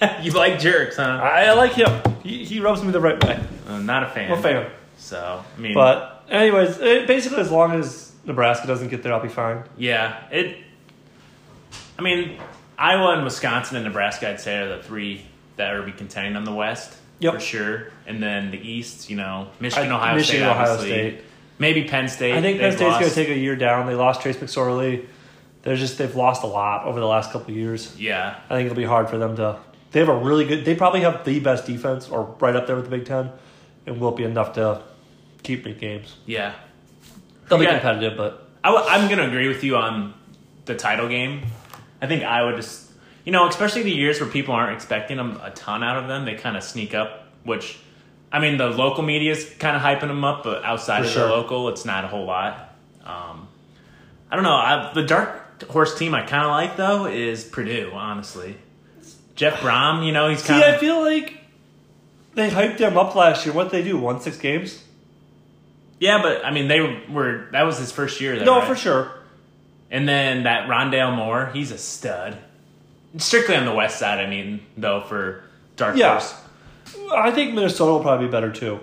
A: that. you like jerks, huh?
B: I, I like him. He, he rubs me the right way.
A: I'm not a fan.
B: I'm a fan.
A: So I mean,
B: But anyways, it, basically, as long as Nebraska doesn't get there, I'll be fine.
A: Yeah, it. I mean, Iowa and Wisconsin and Nebraska, I'd say, are the three that would be contending on the West
B: Yep.
A: for sure. And then the East, you know, Michigan,
B: I-
A: Ohio
B: Michigan,
A: State,
B: Ohio
A: obviously.
B: State.
A: Maybe Penn State.
B: I think Penn
A: They've
B: State's
A: lost-
B: gonna take a year down. They lost Trace McSorley. They're just they've lost a lot over the last couple of years.
A: Yeah,
B: I think it'll be hard for them to. They have a really good. They probably have the best defense, or right up there with the Big Ten, and will be enough to keep the games.
A: yeah.
B: They'll be
A: Yeah.
B: competitive, but
A: I w- I'm going to agree with you on the title game. I think Iowa just, you know, especially the years where people aren't expecting them a ton out of them, they kind of sneak up, which, I mean, the local media's kind of hyping them up, but outside
B: For
A: of
B: sure.
A: the local, it's not a whole lot. Um, I don't know. I, the dark horse team I kind of like, though, is Purdue, honestly. Jeff Brom, you know, he's
B: See,
A: kind
B: I
A: of.
B: feel like they hyped them up last year. What they do? Won six games?
A: Yeah, but, I mean, they were. That was his first year, though.
B: No,
A: right?
B: for sure.
A: And then that Rondale Moore, he's a stud. Strictly on the west side, I mean, though, for Dark
B: Yeah.
A: Horse.
B: I think Minnesota will probably be better too.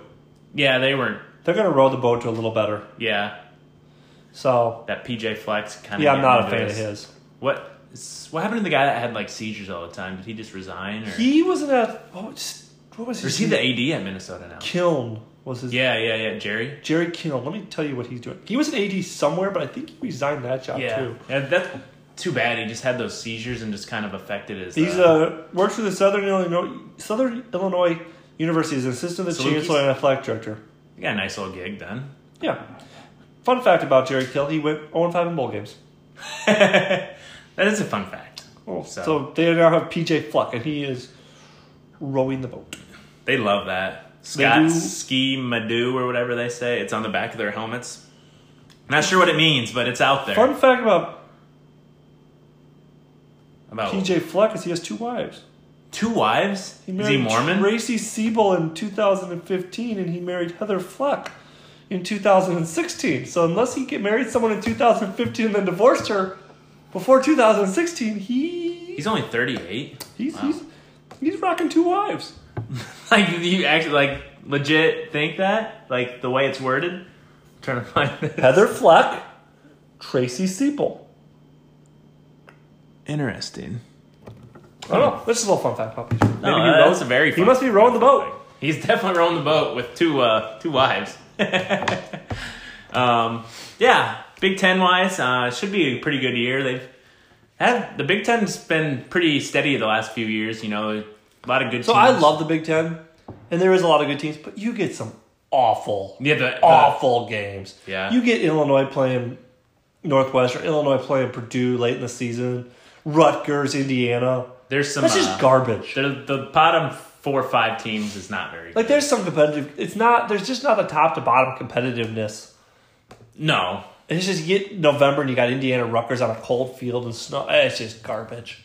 A: Yeah, they were.
B: They're going to row the boat to a little better.
A: Yeah,
B: So
A: that PJ Flex kind of.
B: yeah, I'm not a fan of his.
A: What, is- what happened to the guy that had like seizures all the time? Did he just resign? Or,
B: He was in a oh, just, what was
A: or
B: his?
A: is he the AD at Minnesota now?
B: Kiln? Was his
A: Yeah, yeah, yeah. Jerry?
B: Jerry Kiln? Let me tell you what he's doing. He was an AD somewhere, but I think he resigned that job
A: Yeah. Uh,
B: too.
A: yeah. That's too bad. He just had those seizures and just kind of affected his.
B: He's
A: uh,
B: uh, works for the Southern Illinois Southern Illinois University as an assistant to the
A: Salukis?
B: chancellor and athletic director.
A: he got a nice little gig done.
B: Yeah. Fun fact about Jerry Kill, he went 0 5 in bowl games.
A: that is a fun fact.
B: Oh,
A: So-
B: so. they now have PJ Fleck, and he is rowing the boat.
A: They love that.
B: They
A: Scott
B: do.
A: Ski Madu or whatever they say. It's on the back of their helmets. Not sure what it means, but it's out there.
B: Fun fact about
A: About Oh.
B: PJ Fleck is he has two wives.
A: Two wives? Is he
B: married
A: Mormon?
B: Tracy Siebel in 2015, and he married Heather Fleck in 2016. So unless he get married someone in 2015 and then divorced her before 2016, he
A: He's only 38.
B: he's he's, he's rocking two wives.
A: Like, do you actually, like, legit think that? Like, the way it's worded? I'm trying to find this.
B: Heather Fleck, Tracy Siebel.
A: Interesting.
B: I don't know. That's just a little fun fact about Peter. Maybe
A: No,
B: he
A: that-
B: rowed-
A: that's a very
B: He
A: fun
B: must be rowing the boat.
A: He's definitely rowing the boat with two uh, two wives. um, yeah, Big Ten wise, uh, should be a pretty good year. They've had the Big Ten's been pretty steady the last few years. You know, a lot of good.
B: So I love the Big Ten, and there is a lot of good teams, but you get some awful,
A: yeah uh, the, the-
B: awful games.
A: Yeah.
B: You get Illinois playing Northwest or Illinois playing Purdue late in the season, Rutgers, Indiana.
A: there's some
B: That's
A: uh,
B: just garbage.
A: the the bottom four or five teams is not very
B: Like there's some competitive. It's not. There's just not the top to bottom competitiveness.
A: no
B: It's just you get November and you got Indiana Rutgers on a cold field and snow. eh, It's just garbage.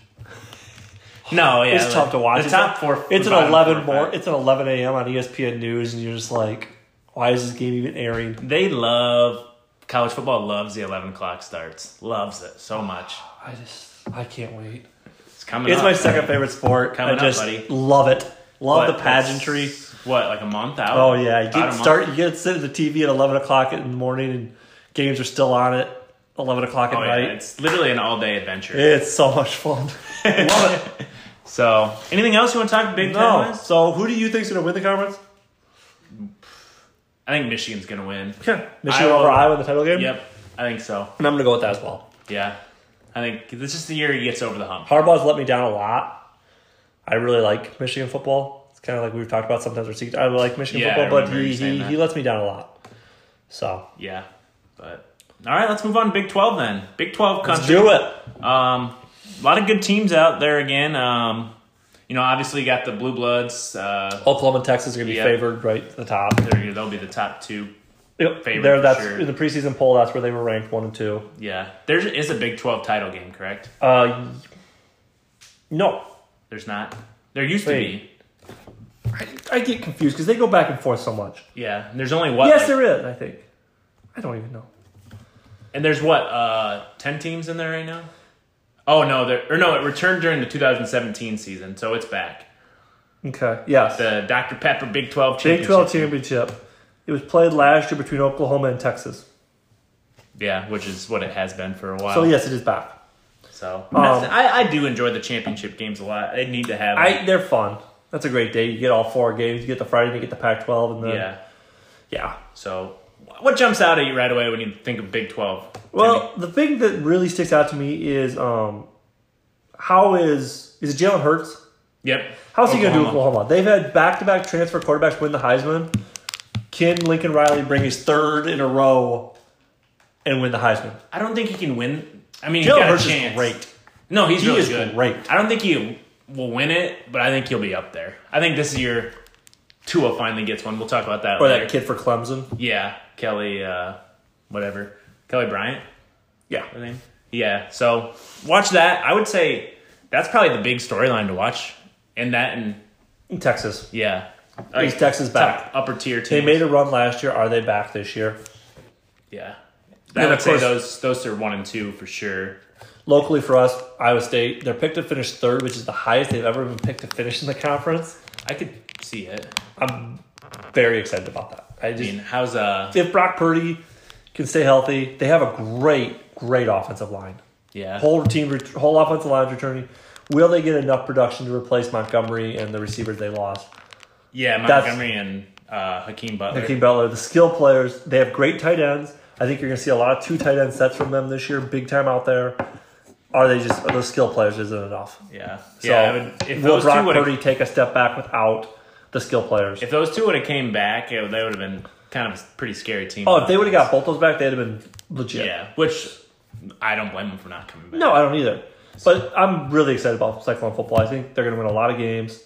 A: no yeah
B: it's
A: like,
B: tough to watch.
A: the
B: It's
A: top
B: a-
A: four
B: It's
A: the bottom
B: an eleven
A: four or
B: more.
A: five.
B: It's an eleven a.m. on E ESPN News, and you're just like, why is this game even airing?
A: they love college football loves the eleven o'clock starts loves it so much
B: I just I can't wait.
A: it's coming
B: It's
A: up.
B: my second favorite sport.
A: Coming
B: I
A: up,
B: just
A: buddy.
B: love it. Love
A: What,
B: the pageantry.
A: that's- What, like a month out?
B: Oh yeah,
A: About a
B: you get
A: month?
B: start. You get to sit at the TV at eleven o'clock in the morning, and games are still on at eleven o'clock at
A: Oh, yeah,
B: night.
A: It's literally an all-day adventure.
B: It's so much fun. love it.
A: So, anything else you want to talk Big Ten?
B: No.
A: wise?
B: So who do you think's gonna win the conference?
A: I think Michigan's gonna win.
B: Michigan
A: Iowa.
B: over Iowa in the title game.
A: Yep, I think so.
B: And I'm gonna go with that as well.
A: Yeah, I think this is the year he gets over the hump.
B: Harbaugh's let me down a lot. I really like Michigan football. It's kind of like we've talked about sometimes. We're secret. I like Michigan
A: Yeah, I
B: football, but
A: remember
B: he,
A: you saying
B: he,
A: that.
B: he lets me down a lot. So
A: Yeah, but all right, let's move on. to Big Twelve then. Big Twelve
B: let's
A: country.
B: do it.
A: Um, a lot of good teams out there again. Um, you know, obviously you got the Blue Bloods. Uh,
B: Oklahoma and Texas are going to be
A: Yeah.
B: favored right at the top.
A: they're- they'll be the top two.
B: Yep.
A: Favored
B: There,
A: for
B: that's
A: sure.
B: in the preseason poll. That's where they were ranked one and two.
A: Yeah, there is a Big Twelve title game, correct?
B: Uh, no,
A: There's not. There used to
B: Wait.
A: be.
B: I, I get confused because they go back and forth so much.
A: Yeah, and there's only what?
B: yes,
A: like-
B: there is. I think. I don't even know.
A: and there's what? Uh, ten teams in there right now. Oh no, there or no, it returned during the 2017 season, so it's back.
B: Okay. Yes.
A: The Dr Pepper Big 12
B: Big
A: championship.
B: Twelve championship. It was played last year between Oklahoma and Texas.
A: Yeah, which is what it has been for a while.
B: So yes, it is back.
A: So
B: Um,
A: that's- I, I do enjoy the championship games a lot. They need to have.
B: I they're fun. That's a great day. You get all four games. You get the Friday, you get the Pac-12, and then
A: yeah.
B: yeah.
A: So what jumps out at you right away when you think of Big 12?
B: Well, the thing that really sticks out to me is um, how is is it Jalen Hurts?
A: Yep.
B: How's he going to do with Oklahoma? They've had back-to-back transfer quarterbacks win the Heisman. Can Lincoln Riley bring his third in a row and win the Heisman?
A: I don't think he can win. I mean, he's
B: Jalen
A: got
B: Hurts
A: a
B: is
A: chance.
B: great.
A: No, he's
B: He
A: really
B: is
A: good.
B: great.
A: I don't think he will win it, but I think he'll be up there. I think this year Tua finally gets one. We'll talk about that
B: Or
A: later.
B: that kid for Clemson.
A: Yeah, Kelly, uh, whatever, Kelly Bryant.
B: Yeah.
A: Her name. Yeah. So watch that. I would say that's probably the big storyline to watch. And that and
B: In Texas.
A: yeah,
B: Is Oh, Texas
A: top
B: back?
A: upper tier team.
B: They made a run last year. Are they back this year?
A: yeah.
B: And
A: I would
B: of
A: say
B: course-
A: those those are one and two for sure.
B: Locally for us, Iowa State, they're picked to finish third, which is the highest they've ever been picked to finish in the conference.
A: I could see it.
B: I'm very excited about that. I
A: I
B: just
A: mean, how's uh
B: if Brock Purdy can stay healthy, they have a great, great offensive line.
A: yeah
B: Whole team, whole offensive line's returning. Will they get enough production to replace Montgomery and the receivers they lost?
A: yeah
B: that's-
A: Montgomery and uh, Hakeem Butler.
B: Hakeem Butler, the skill players, they have great tight ends. I think you're going to see a lot of two tight end sets from them this year, big time out there. Are they just are those skill players? Isn't enough.
A: Yeah,
B: So
A: yeah. I would, if
B: will
A: those two
B: Brock
A: would
B: Purdy
A: have
B: take a step back without the skill players?
A: if those two would have came back, it, they would have been kind of a pretty scary team.
B: oh, if they would have got both those back, they'd have been legit.
A: yeah, which I don't blame them for not coming back.
B: No, I don't either. But I'm really excited about Cyclone football. I think they're going to win a lot of games.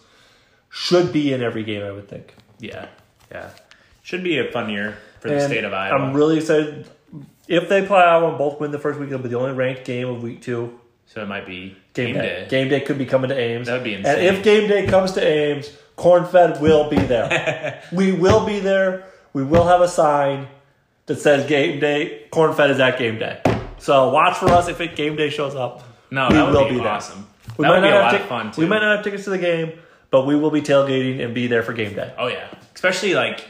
B: Should be in every game, I would think.
A: Yeah, yeah. Should be a fun year for the
B: And
A: state of Iowa.
B: I'm really excited. If they play Iowa and both win the first week, it'll be the only ranked game of week two.
A: So it might be
B: Game, day. Game day could be coming to Ames.
A: That would be
B: And
A: insane.
B: if game day comes to Ames, Cornfed will be there. we will be there. We will have a sign that says game day. Cornfed is at game day. So watch for us if it, game day shows up.
A: No,
B: we
A: that would
B: will
A: be,
B: be there.
A: awesome. that would be a
B: have
A: lot
B: tic-
A: of fun too.
B: We might not have tickets to the game, but we will be tailgating and be there for game day.
A: Oh yeah, especially like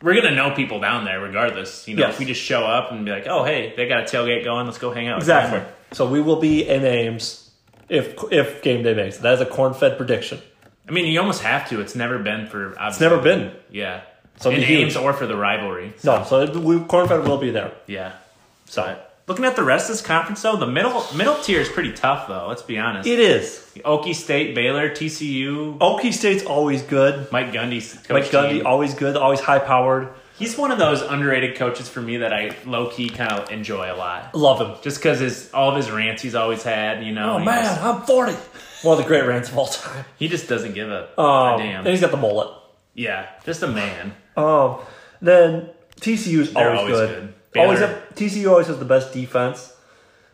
A: we're gonna know people down there regardless. You know,
B: Yes.
A: if we just show up and be like, "Oh hey, they got a tailgate going. Let's go hang out."
B: Exactly. So we will be in Ames if if game day makes. it. That is a Cornfed prediction.
A: I mean, you almost have to. It's never been for.
B: It's never been.
A: Yeah.
B: So it'd
A: in
B: be huge.
A: Ames or for the rivalry.
B: No, so it, we, Cornfed will be there.
A: Yeah.
B: So
A: Looking at the rest of this conference though, the middle middle tier is pretty tough though. Let's be honest.
B: it is.
A: Okie State, Baylor, TCU,
B: Okie State's always good.
A: Mike Gundy's coach
B: Mike Gundy,
A: team.
B: always good, always high powered.
A: He's one of those underrated coaches for me that I low key kind of enjoy a lot.
B: Love him.
A: Just because his all of his rants he's always had, you know.
B: Oh
A: he
B: man,
A: just-
B: I'm 40. One of the great rants of all time.
A: he just doesn't give a, a
B: Um,
A: Oh, damn.
B: and he's got the mullet.
A: Yeah, just a man.
B: Um, then TCU's
A: They're always
B: always, good.
A: good.
B: Always
A: Baylor-
B: have, TCU always has the best defense.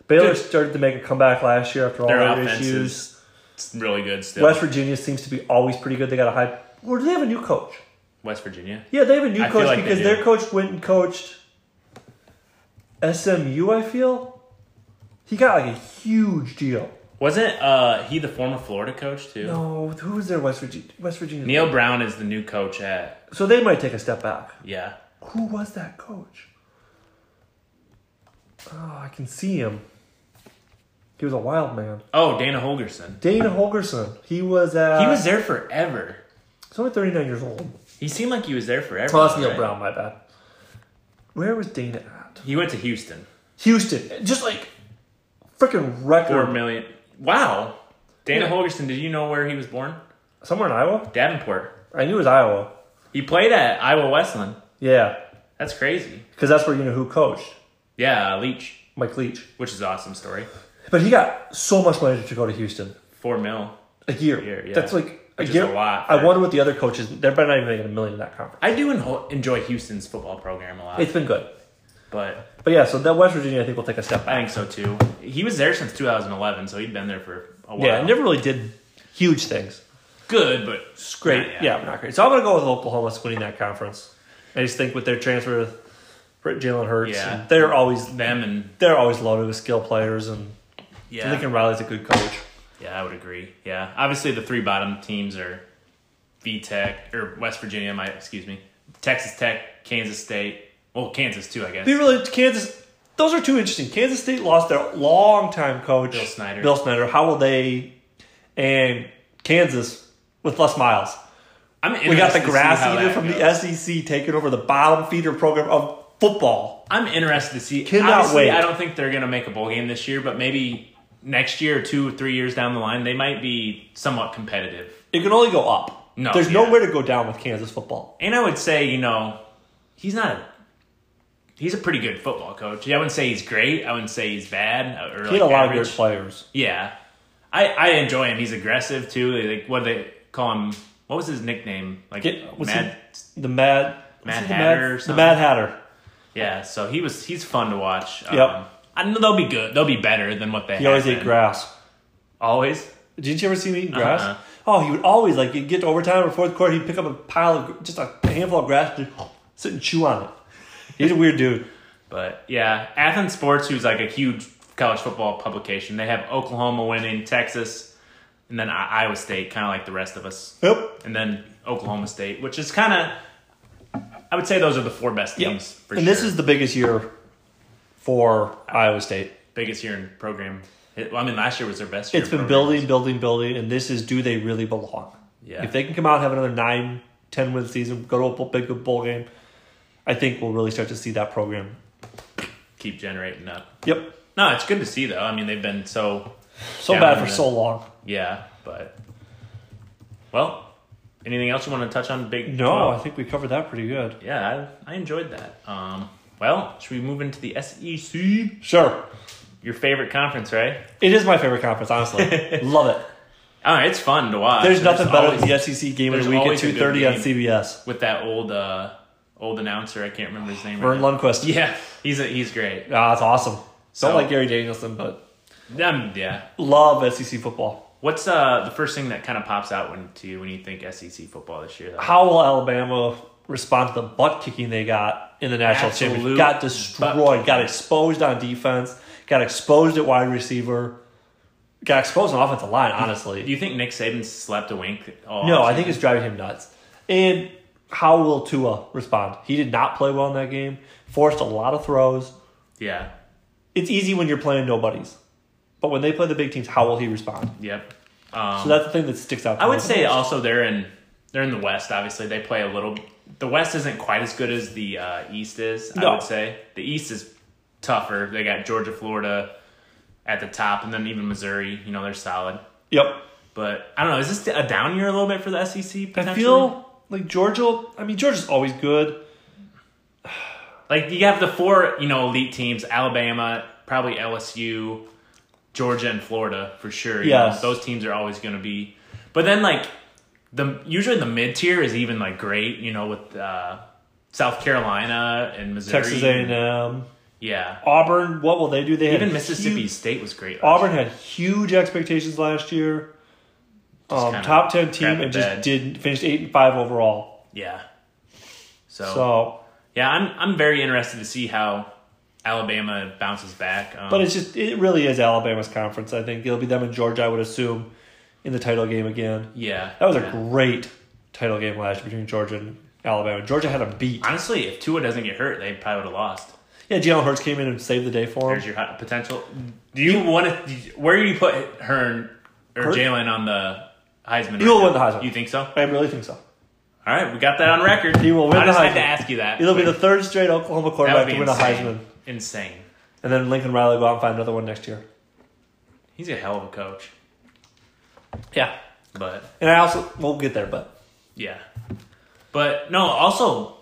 B: Baylor
A: Dude.
B: started to make a comeback last year after all
A: Their
B: their
A: offense
B: issues.
A: is it's really good still.
B: West Virginia seems to be always pretty good. They got a high. Or do they have a new coach?
A: West Virginia.
B: Yeah, they have a new
A: I feel
B: coach
A: like they
B: because
A: do.
B: their coach went and coached SMU. I feel he got like a huge deal.
A: Wasn't uh, he the former Florida coach too?
B: No, who was their West Virginia? West Virginia.
A: Neil Brown is the new coach at
B: So they might take a step back.
A: yeah.
B: Who was that coach? Oh, I can see him. He was a wild man.
A: Oh, Dana Holgerson.
B: Dana Holgerson. He was at.
A: He was there forever.
B: He's only 39 years old.
A: He seemed like he was there forever.
B: Oh, that's Neil
A: right?
B: Brown, my bad. Where was Dana at?
A: He went to Houston.
B: Houston. Just like freaking record.
A: Four million. Wow. Dana Holgerson. Did you know where he was born?
B: Somewhere in Iowa?
A: Davenport.
B: I knew it was Iowa.
A: He played at Iowa Wesleyan.
B: Yeah.
A: That's crazy.
B: Because that's where you know who coached
A: Yeah, uh, Leach,
B: Mike Leach.
A: which is an awesome story.
B: But he got so much money to go to Houston.
A: Four mil.
B: A year.
A: year, yeah.
B: That's like a
A: Which is
B: year.
A: a lot
B: I
A: for-
B: wonder what the other coaches. They're better not even making a million in that conference.
A: I do enho- enjoy Houston's football program a lot,
B: It's been good,
A: but
B: but yeah. So that West Virginia, I think, will take a step
A: I think
B: back.
A: so too. He was there since 2011, so he'd been there for a while.
B: Yeah, it never really did huge things.
A: good, but
B: It's great.
A: Yeah,
B: Yeah,
A: yeah.
B: but not great. So I'm gonna go with Oklahoma winning that conference. I just think with their transfer with Jalen Hurts,
A: Yeah.
B: and they're always
A: them and
B: they're always loaded with skill players, and
A: yeah,
B: Lincoln Riley's a good coach.
A: yeah, I would agree. Yeah, obviously the three bottom teams are V Tech or West Virginia. My excuse me, Texas Tech, Kansas State. Well, Kansas too, I guess.
B: Be really Kansas. Those are two interesting. Kansas State lost their longtime coach
A: Bill Snyder.
B: Bill Snyder. How will they and Kansas with less miles?
A: I'm
B: We got
A: interested
B: the
A: to see
B: grass
A: how
B: eater
A: that
B: from
A: goes.
B: the SEC taking over the bottom feeder program of football.
A: I'm interested to see.
B: Cannot
A: Obviously,
B: wait.
A: I don't think they're going to make a bowl game this year, but maybe next year, or two, three years down the line, they might be somewhat competitive.
B: It can only go up.
A: No,
B: There's
A: yeah.
B: nowhere to go down with Kansas football.
A: And I would say, you know, he's not. A, he's a pretty good football coach. I wouldn't say he's great. I wouldn't say he's bad uh, or
B: They
A: like
B: had a lot
A: average.
B: of good players.
A: Yeah, I I enjoy him. He's aggressive too. Like what do they call him? What was his nickname? Like
B: Get- what's
A: uh, Mad.
B: The Mad
A: Mad
B: what's the
A: Hatter or
B: Mad, the
A: something?
B: Mad Hatter.
A: Yeah. So he was. He's fun to watch. Um,
B: Yep.
A: I know they'll be good. They'll be better than what they.
B: He always ate
A: been.
B: grass.
A: Always.
B: Didn't you ever see him eating grass?
A: Uh-uh.
B: Oh, he would always like you'd get to overtime or fourth quarter. He'd pick up a pile of just a handful of grass and sit and chew on it. He's a weird dude.
A: But yeah, Athens Sports, who's like a huge college football publication, they have Oklahoma winning, Texas, and then I- Iowa State, kind of like the rest of us,
B: Yep.
A: and then Oklahoma State, which is kind of, I would say those are the four best
B: Yep.
A: teams for
B: and
A: sure.
B: this is the biggest year for Iowa State.
A: biggest year in program. It, well, I mean, last year was their best. year
B: It's
A: in
B: been
A: program.
B: building, building, building, and this is do they really belong?
A: Yeah.
B: If they can come out and have another nine, ten win season, go to a bo- big bowl game, I think we'll really start to see that program.
A: keep generating up.
B: Yep.
A: No, it's good to see though. I mean, they've been so
B: So
A: Down
B: bad for
A: the-
B: so long.
A: yeah, but well, anything else you want to touch on? Big
B: No,
A: 12?
B: I think we covered that pretty good.
A: yeah, I, I enjoyed that. Um, well, should we move into the SEC?
B: Sure.
A: Your favorite conference, right?
B: It is my favorite conference, honestly. Love it.
A: Oh, it's fun to watch.
B: There's nothing better
A: always-
B: than the SEC game of
A: there's
B: the week at
A: always a good
B: 2.30 on
A: game.
B: CBS.
A: with that old uh, old announcer. I can't remember his name.
B: Vern
A: right now.
B: Lundquist.
A: Yeah, he's a, he's great.
B: Ah, it's awesome.
A: So-
B: Don't like Gary Danielson, but
A: Um, yeah.
B: Love SEC football.
A: What's uh, the first thing that kind of pops out when to you when you think SEC football this year? Though?
B: How will Alabama respond to the butt kicking they got in the national
A: Absolute
B: championship? Got destroyed. Got exposed on defense. Got exposed at wide receiver. Got exposed on offensive line. Honestly,
A: Do you think Nick Saban slept a wink? all
B: No, I
A: offseason?
B: think it's driving him nuts. And how will Tua respond? He did not play well in that game. Forced a lot of throws.
A: Yeah.
B: It's easy when you're playing nobodies, but when they play the big teams, how will he respond?
A: Yep. Um,
B: So that's the thing that sticks out. to
A: I
B: me.
A: would say also they're in they're in the West. Obviously, they play a little. The West isn't quite as good as the uh, East is. I
B: No.
A: would say the East is tougher. They got Georgia, Florida at the top, and then even Missouri. You know they're solid.
B: Yep.
A: But I don't know. Is this a down year a little bit for the SEC? Potentially?
B: I feel like Georgia. I mean, Georgia's always good.
A: like you have the four you know elite teams: Alabama, probably LSU, Georgia, and Florida for sure. You know,
B: Yes.
A: those teams are always going to be. But then like the usually the mid tier is even like great. You know with uh, South Carolina and Missouri,
B: Texas A and M,
A: yeah.
B: Auburn. What will they do? They had
A: Even Mississippi
B: huge-
A: State was great. last
B: Auburn had huge expectations last year. Um,
A: kinda
B: top ten team
A: crapped
B: and
A: the
B: just
A: bed.
B: didn't finished eight and five overall.
A: year. Yeah. So,
B: So
A: yeah, I'm I'm very interested to see how Alabama bounces back. Um,
B: But it's just it really is Alabama's conference. I think it'll be them and Georgia. I would assume in the title game again.
A: yeah,
B: That was
A: yeah.
B: a great title game last year between Georgia and Alabama. Georgia had a beat.
A: honestly if Tua doesn't get hurt, they probably would have lost.
B: Yeah, Jalen Hurts came in and saved the day for
A: There's
B: him.
A: your hot potential. Do you want to? Where do you put Hearn or
B: Hurt?
A: Jalen on the Heisman?
B: He'll
A: right
B: win
A: now?
B: the Heisman.
A: You think so? All
B: I really think so.
A: right, we got that on record.
B: He will win
A: I
B: the
A: just had
B: Heisman.
A: to ask you that.
B: It'll be
A: That
B: the third straight Oklahoma
A: would
B: quarterback
A: be
B: to win
A: insane.
B: a Heisman,
A: Insane.
B: and then Lincoln Riley will go out and find another one next year.
A: He's a hell of a coach,
B: Yeah,
A: but
B: and I also we'll get there, but
A: yeah, but no. Also,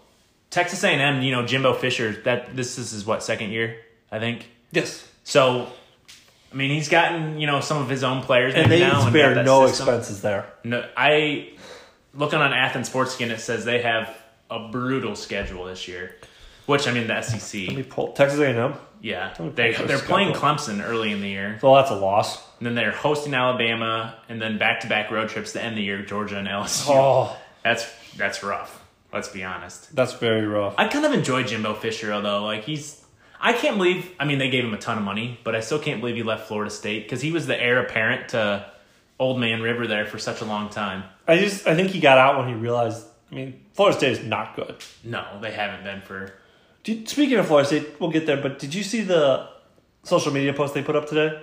A: Texas A&M. You know, Jimbo Fisher. That this is his what second year, I think.
B: yes,
A: So, I mean, he's gotten you know some of his own players,
B: and
A: maybe
B: they
A: now, and got
B: spare
A: that
B: no
A: system.
B: expenses there.
A: No, I looking on Athens Sports Skin. It says they have a brutal schedule this year, which I mean the
B: Let me
A: SEC.
B: pull Texas A&M.
A: Yeah,
B: me
A: they
B: pull
A: they're
B: this
A: playing Clemson early in the year,
B: So that's a loss.
A: and then they're hosting Alabama, and then back to back road trips to end the year Georgia and LSU.
B: Oh,
A: That's that's rough. Let's be honest.
B: that's very rough.
A: I kind of enjoy Jimbo Fisher, although like he's. I can't believe. I mean, they gave him a ton of money, but I still can't believe he left Florida State because he was the heir apparent to Old Man River there for such a long time.
B: I just I think he got out when he realized. I mean, Florida State is not good.
A: No, they haven't been for
B: Did, speaking of Florida State, we'll get there. But did you see the social media post they put up today?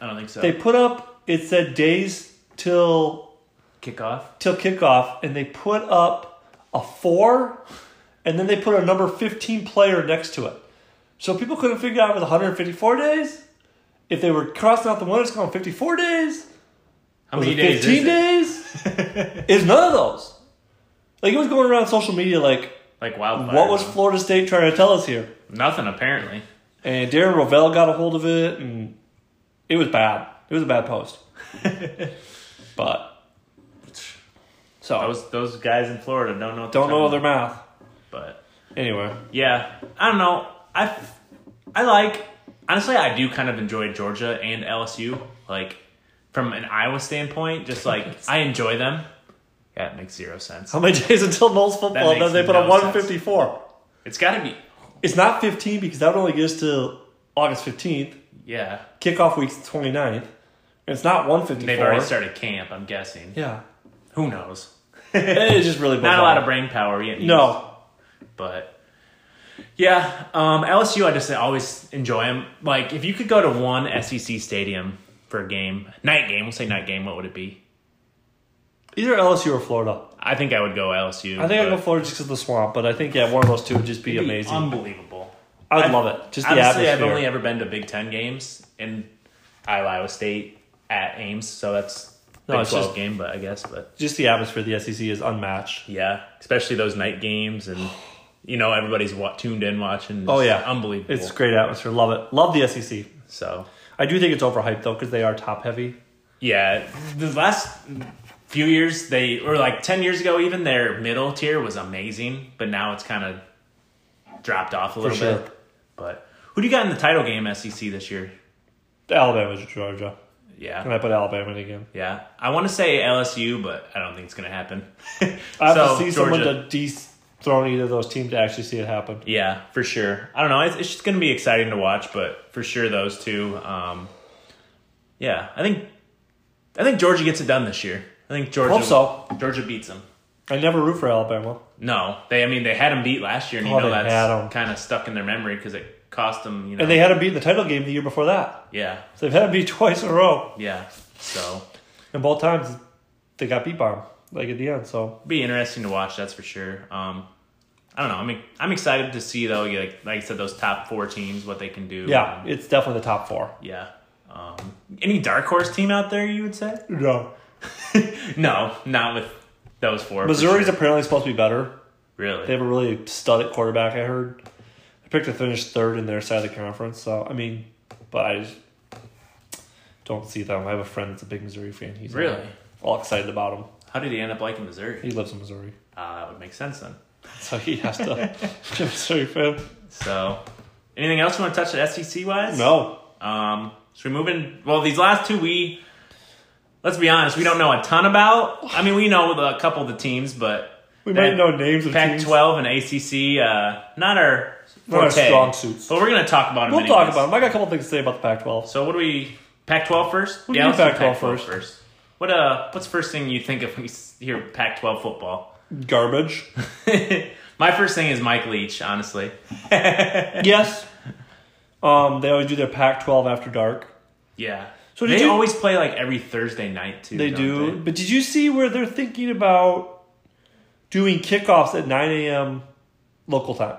A: I don't think so.
B: They put up it said days till
A: Kickoff.
B: till kickoff, and they put up a four, and then they put a number fifteen player next to it. So people couldn't figure out if it was 154 days, if they were crossing out the one, it's going 54 days.
A: How
B: Was
A: many
B: it
A: days?
B: 15
A: Is it?
B: days? It's none of those. Like it was going around social media like.
A: Like wildfire.
B: What was Florida State trying to tell us here?
A: nothing? Apparently,
B: And Darren Rovell got a hold of it, and it was bad. It was a bad post. but so I
A: those those guys in Florida don't know. What
B: don't know
A: they're
B: their
A: talking
B: math.
A: about.
B: Anyway,
A: But yeah, I don't know. I I like honestly, I do kind of enjoy Georgia and LSU. Like from an Iowa standpoint, just like I enjoy them. Yeah, it makes zero sense.
B: how many days until Knowles football? And
A: makes
B: then they put
A: no
B: up
A: sense.
B: 154.
A: It's got to be.
B: It's not 15 because that only gets to August 15th.
A: Yeah,
B: Kickoff week's the 29th. And It's not 154.
A: they've already started camp. I'm guessing.
B: Yeah,
A: Who knows?
B: it just really
A: Not a lot of brain power yet.
B: no.
A: But yeah, um, LSU, I just always enjoy them. Like, if you could go to one SEC stadium for a game, night game, we'll say night game, what would it be?
B: Either LSU or Florida.
A: I think I would go LSU.
B: I think I'd
A: but
B: go Florida just 'cause of the swamp, but I think yeah, one of those two would just be
A: it'd be
B: amazing.
A: Unbelievable.
B: I would
A: I've-
B: love it. Just the
A: Honestly,
B: atmosphere.
A: I've only ever been to Big Ten games in Iowa State at Ames, so that's
B: No,
A: Big
B: it's
A: 12
B: just-
A: game, but I guess, but
B: just the atmosphere. of The SEC is unmatched.
A: yeah, especially those night games and. You know everybody's wa- tuned in watching.
B: Oh, yeah.
A: unbelievable.
B: It's great atmosphere. Love it. Love the SEC.
A: so
B: I do think it's overhyped though because they are top heavy.
A: Yeah, the last few years they or like 10 years ago even their middle tier was amazing, but now it's kind of dropped off a little
B: sure.
A: bit. But who do you got in the title game SEC E this year?
B: Alabama's Georgia.
A: Yeah.
B: And I put Alabama in again.
A: Yeah, I want to say LSU, but I don't think it's going to happen.
B: I have
A: So,
B: to see someone to dethrone either of those teams to actually see it happen.
A: Yeah, for sure. I don't know. It's, it's just going to be exciting to watch, but for sure those two. Um, yeah, I think I think Georgia gets it done this year. I think Georgia.
B: Hope so.
A: Georgia beats them.
B: I never root for Alabama.
A: No, they. I mean, they had them beat last year, and you
B: Oh,
A: know
B: they had 'em.
A: that's kind of stuck in their memory because it cost them. You know.
B: And they had to beat in the title game the year before that.
A: yeah,
B: So they've had to beat twice in a row.
A: yeah. So
B: And both times they got beat by 'em, like at the end. So
A: be interesting to watch. That's for sure. Um, I don't know. I mean, I'm excited to see though. Like, like I said, those top four teams, what they can do.
B: yeah, it's definitely the top four.
A: Yeah. Um, any dark horse team out there you would say?
B: No.
A: no, not with those four. for
B: Missouri's
A: sure.
B: apparently supposed to be better.
A: really.
B: They have a really studded quarterback, I heard. I picked to finish third in their side of the conference. So, I mean, but I just don't see them. I have a friend that's a big Missouri fan. He's uh,
A: Really?
B: all excited about him.
A: How did he end up liking Missouri?
B: He lives in Missouri.
A: Uh, that would make sense then.
B: So he has to be a Missouri fan.
A: So, anything else you want to touch at SEC wise?
B: No.
A: Um, so we move in. Well, these last two we. Let's be honest, we don't know a ton about. I mean, we know the- a couple of the teams, but
B: We
A: That-
B: might know names of teams.
A: Pac-12 and ACC, uh, not our
B: Not our
A: forte.
B: strong suits.
A: But we're gonna talk about them.
B: We'll talk
A: anyways.
B: about them. I got a couple things to say about the Pac-12.
A: So what do we Pac-12 first?
B: We can do
A: let's do
B: Pac-12
A: Pac-12
B: first.
A: What uh? What's the first thing you think of when you s- hear Pac-12 football?
B: Garbage.
A: My first thing is Mike Leach, honestly.
B: yes. Um, they always do their Pac-12 after dark.
A: Yeah.
B: So did
A: they
B: you-
A: always play like every Thursday night too.
B: They
A: don't
B: do. But did you see where they're thinking about doing kickoffs at 9 a.m. local time?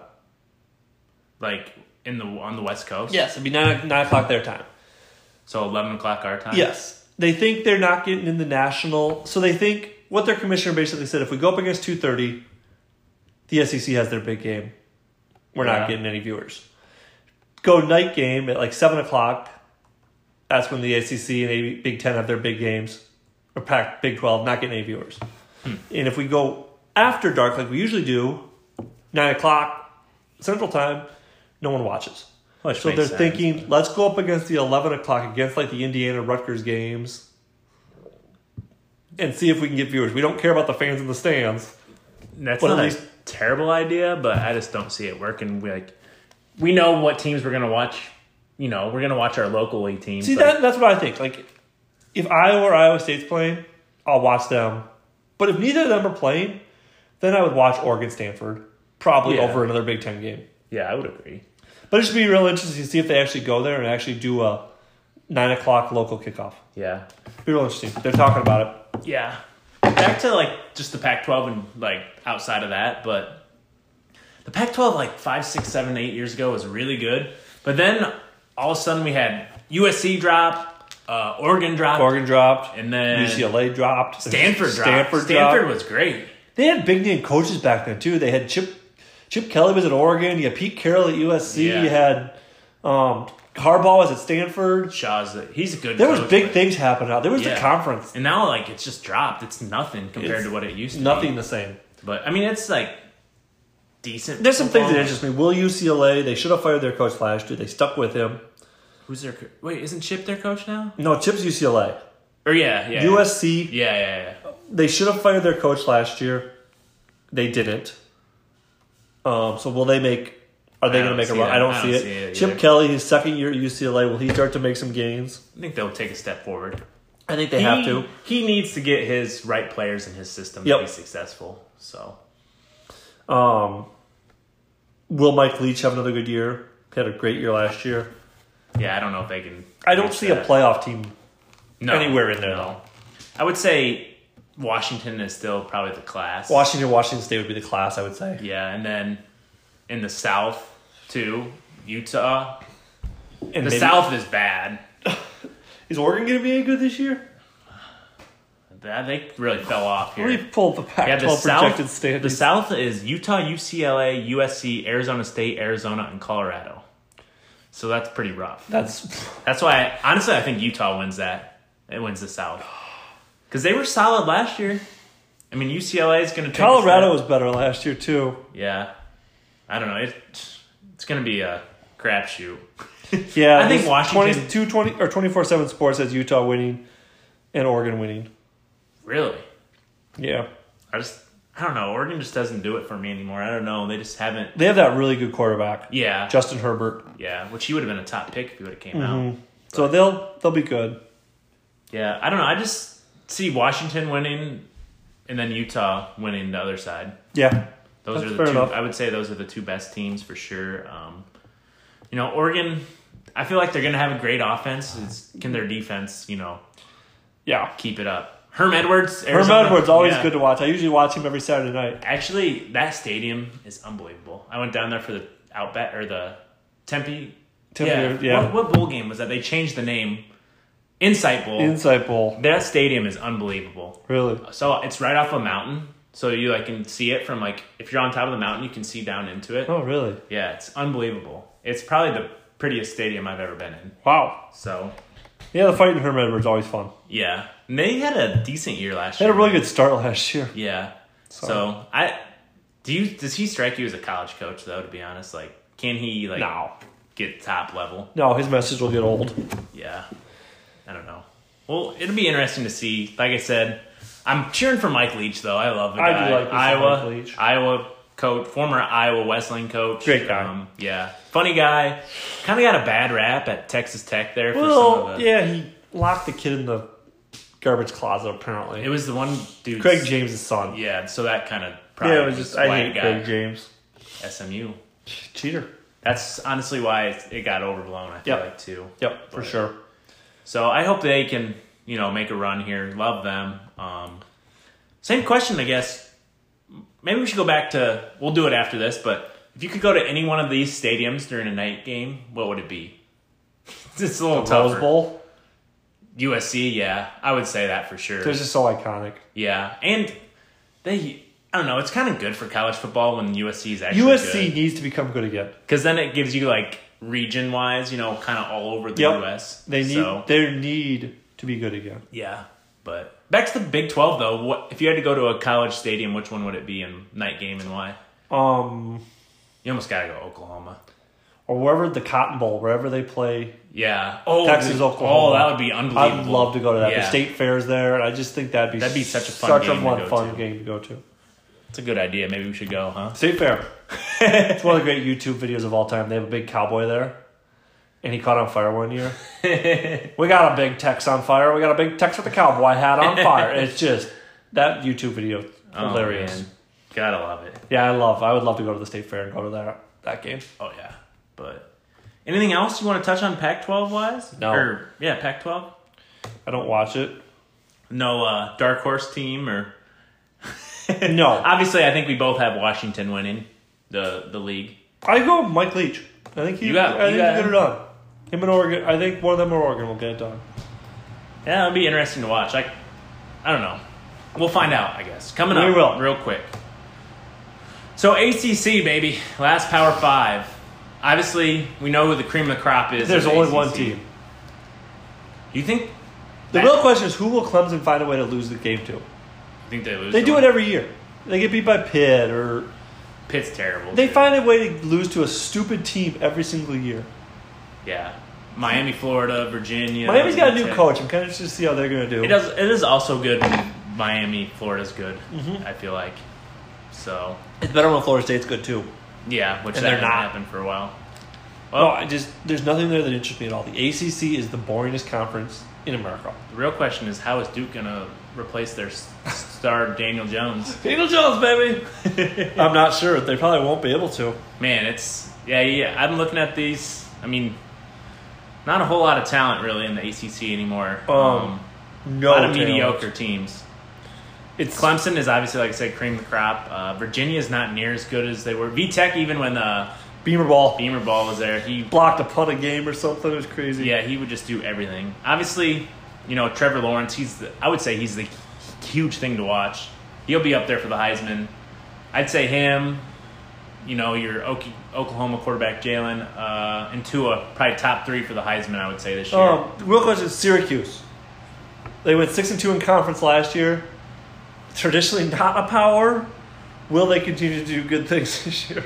A: Like in the on the West Coast.
B: Yes, it'd be 9, 9 o'clock their time.
A: So eleven o'clock our time.
B: Yes. They think they're not getting in the national. So they think what their commissioner basically said if we go up against 230, the SEC has their big game. We're
A: Yeah.
B: not getting any viewers. Go night game at like 7 o'clock. That's when the ACC and A- Big Ten have their big games, or Pac Big 12, not getting any viewers.
A: Hmm.
B: And if we go after dark, like we usually do, 9 o'clock Central Time, no one watches.
A: Which
B: So
A: makes
B: they're
A: sense.
B: thinking, let's go up against the 11 o'clock, against like the Indiana Rutgers games, and see if we can get viewers. We don't care about the fans in the stands.
A: that's
B: well,
A: not
B: at
A: a
B: least-
A: terrible idea, but I just don't see it working. We, like we know what teams we're gonna watch. You know, we're gonna watch our local league teams.
B: See,
A: like-
B: that, that's what I think. Like, if Iowa or Iowa State's playing, I'll watch them. But if neither of them are playing, then I would watch Oregon Stanford, probably
A: Yeah.
B: over another Big Ten game.
A: Yeah, I would agree.
B: But it should be real interesting to see if they actually go there and actually do a 9 o'clock local kickoff.
A: Yeah.
B: Be real interesting. They're talking about it.
A: Yeah. Back to like just the Pac-12 and like outside of that, but the Pac-12 like five, six, seven, eight years ago was really good. But then all of a sudden we had USC drop, uh, Oregon drop,
B: Oregon dropped.
A: and then
B: UCLA dropped.
A: Stanford dropped.
B: Stanford,
A: Stanford
B: dropped.
A: was great.
B: They had big name coaches back then too. They had Chip Chip Kelly was at Oregon. You had Pete Carroll at USC.
A: Yeah.
B: You had um, Harbaugh was at Stanford.
A: Shaw's a- he's a good.
B: There was
A: coach,
B: big
A: but-
B: things happening out. There was
A: Yeah.
B: the conference.
A: and now like it's just dropped. It's nothing compared
B: It's
A: to what it used to.
B: Nothing
A: Be.
B: the same.
A: But I mean, it's like decent.
B: There's some things that
A: football.
B: interest me. Will UCLA? They should have fired their coach last year. They stuck with him.
A: Who's their? co- Wait, isn't Chip their coach now?
B: No, Chip's UCLA.
A: Or yeah, yeah,
B: USC.
A: Yeah, yeah, yeah.
B: They should have fired their coach last year. They didn't. Um, so will they make? Are they
A: I
B: going to
A: don't
B: make a
A: see
B: run?
A: that.
B: I don't,
A: I
B: see,
A: don't
B: it.
A: see it either.
B: Chip Kelly, his second year at UCLA, will he start to make some gains?
A: I think they'll take a step forward.
B: I think they
A: he,
B: have to.
A: He needs to get his right players in his system
B: Yep.
A: to be successful. So
B: Um, will Mike Leach have another good year? He had a great year last year.
A: yeah, I don't know if they can.
B: I don't
A: reach
B: see
A: that.
B: a playoff team.
A: No,
B: anywhere in there,
A: No. I would say Washington is still probably the class.
B: Washington, Washington State would be the class, I would say.
A: yeah, and then in the South too, Utah.
B: And
A: The
B: maybe-
A: South is bad.
B: is Oregon going to be any good this year?
A: That- They really fell off
B: Let
A: here.
B: me pull up the
A: Yeah, the
B: Pac-12 projected
A: South. The
B: standings.
A: South is Utah, UCLA, USC, Arizona State, Arizona, and Colorado. So that's pretty rough.
B: That's
A: That's why, honestly, I think Utah wins that. It wins the South because they were solid last year. I mean, UCLA is going to
B: Colorado was better last year too.
A: Yeah, I don't know. It, it's going to be a crapshoot.
B: Yeah,
A: I think
B: this
A: Washington-
B: 22, 20, or twenty four seven Sports has Utah winning and Oregon winning.
A: Really?
B: Yeah,
A: I just I don't know. Oregon just doesn't do it for me anymore. I don't know. They just haven't.
B: they have that really good quarterback,
A: Yeah,
B: Justin Herbert.
A: yeah. Which he would have been a top pick if he would have
B: Mm-hmm.
A: came out.
B: So they'll they'll be good.
A: Yeah, I don't know. I just see Washington winning, and then Utah winning the other side.
B: Yeah,
A: Those
B: That's
A: are the
B: fair
A: two.
B: enough.
A: I would say those are the two best teams for sure. Um, you know, Oregon. I feel like they're going to have a great offense. It's, can their defense, you know,
B: yeah.
A: keep it up? Herm Edwards.
B: Herm
A: Arizona-
B: Edwards always
A: yeah.
B: good to watch. I usually watch him every Saturday night.
A: Actually, that stadium is unbelievable. I went down there for the Outback or the Tempe.
B: Tempe,
A: yeah.
B: yeah.
A: What, what bowl game was that? They changed the name. Insight Bowl.
B: Insight Bowl,
A: that stadium is unbelievable.
B: really.
A: So it's right off a mountain, so you like can see it from like if you're on top of the mountain, you can see down into it.
B: Oh, really?
A: Yeah, it's unbelievable. It's probably the prettiest stadium I've ever been in.
B: Wow.
A: So
B: Yeah, the fight in Herm Edwards always fun.
A: yeah, and they had a decent year last
B: They
A: year.
B: had a really good start last year.
A: Yeah. So I do you does he strike you as a college coach though? To be honest, like can he like
B: No,
A: get top level?
B: no, his message will get old.
A: Yeah. I don't know. Well, it'll be interesting to see. Like I said, I'm cheering for Mike Leach though. I love the
B: I do
A: guy.
B: like me some
A: Iowa,
B: Mike Leach.
A: Iowa coach, former Iowa Wesleyan coach.
B: Great guy.
A: Um, yeah, funny guy. Kind of got a bad rap at Texas Tech there. For some
B: Well,
A: of the,
B: yeah, he locked the kid in the garbage closet. Apparently,
A: It was the one dude.
B: Craig James' son.
A: Yeah, so that kind of probably
B: Yeah, it was just I
A: white
B: hate
A: guy.
B: Craig James.
A: SMU.
B: Cheater.
A: That's honestly why it, it got overblown. I feel
B: Yep.
A: like too.
B: Yep, for
A: But-
B: sure.
A: So I hope they can, you know, make a run here. Love them. Um, same question, I guess. Maybe we should go back to. We'll do it after this, but if you could go to any one of these stadiums during a night game, what would it be? It's a little
B: Rose
A: tougher.
B: Bowl.
A: USC, yeah, I would say that for sure.
B: They're just so iconic.
A: yeah, and they. I don't know. It's kind of good for college football when USC is actually
B: USC needs to become good again.
A: because then it gives you like region wise, you know, kind of all over the
B: Yep.
A: US.
B: They need
A: So-
B: they need to be good again.
A: Yeah, but back to the Big Twelve though. What if you had to go to a college stadium? Which one would it be in night game and why?
B: Um,
A: You almost gotta go Oklahoma.
B: or wherever the Cotton Bowl, wherever they play.
A: Yeah. Oh,
B: Texas,
A: the-
B: Oklahoma.
A: Oh, that would be unbelievable.
B: I'd love to go to that.
A: Yeah,
B: The state fairs there, and I just think that'd be
A: That'd be such a fun game to
B: one-
A: go
B: fun
A: to.
B: game to go to.
A: It's a good idea. Maybe we should go, huh?
B: State fair. it's one of the great YouTube videos of all time. They have a big cowboy there, and he caught on fire one year. we got a big Tex on fire. We got a big Tex with a cowboy hat on fire. It's just that YouTube video
A: Oh,
B: hilarious.
A: man. Gotta love it.
B: Yeah, I love. I would love to go to the state fair and go to that that game.
A: Oh yeah. But anything else you want to touch on Pac-12 wise?
B: No.
A: Or yeah, Pac-12.
B: I don't watch it.
A: No uh, dark horse team or.
B: No,
A: Obviously, I think we both have Washington winning the the league.
B: I go with Mike Leach. I think he.
A: You got-
B: I
A: you
B: think
A: got
B: he'll get it done. Him and Oregon. I think one of them or Oregon will get it done.
A: Yeah, it'll be interesting to watch. I, I don't know. We'll find out, I guess. Coming
B: We
A: up
B: will.
A: real quick. So ACC baby, last Power Five. Obviously, we know who the cream of the crop is.
B: There's
A: in the
B: only
A: ACC.
B: one team.
A: You think?
B: The
A: That-
B: real question is who will Clemson find a way to lose the game to?
A: I think they lose.
B: They do
A: one.
B: it every year. They get beat by Pitt or
A: Pitt's terrible.
B: They
A: too.
B: find a way to lose to a stupid team every single year.
A: Yeah, Miami, Florida, Virginia.
B: Miami's got a new
A: Pitt.
B: coach. I'm kind of interested to see how they're going to do.
A: It does. It is also good. when Miami, Florida's good.
B: Mm-hmm.
A: I feel like. So
B: It's better when Florida State's good too.
A: yeah, which
B: And
A: that
B: they're
A: hasn't
B: not.
A: happened for a while.
B: no, I just there's nothing there that interests me at all. The ACC is the boringest conference in America.
A: The real question is how is Duke gonna replace their s- star Daniel Jones?
B: Daniel Jones, baby. I'm not sure. They probably won't be able to.
A: Man, it's yeah, yeah. I'm looking at these. I mean, not a whole lot of talent really in the ACC anymore.
B: Um,
A: a
B: No,
A: lot of
B: talent.
A: mediocre teams.
B: It's
A: Clemson is obviously, like I said, cream of the crop. Uh, Virginia is not near as good as they were. VTech, even when the
B: Beamer ball
A: Beamer ball was there, he
B: blocked a punt a game or something. It was crazy.
A: yeah, he would just do everything. Obviously, you know Trevor Lawrence. He's the, I would say he's the huge thing to watch. He'll be up there for the Heisman. I'd say him. You know your Ok- Oklahoma quarterback Jalen uh, and Tua probably top three for the Heisman. I would say this year.
B: Um, the real question is Syracuse. They went six and two in conference last year. Traditionally not a power. Will they continue to do good things this year?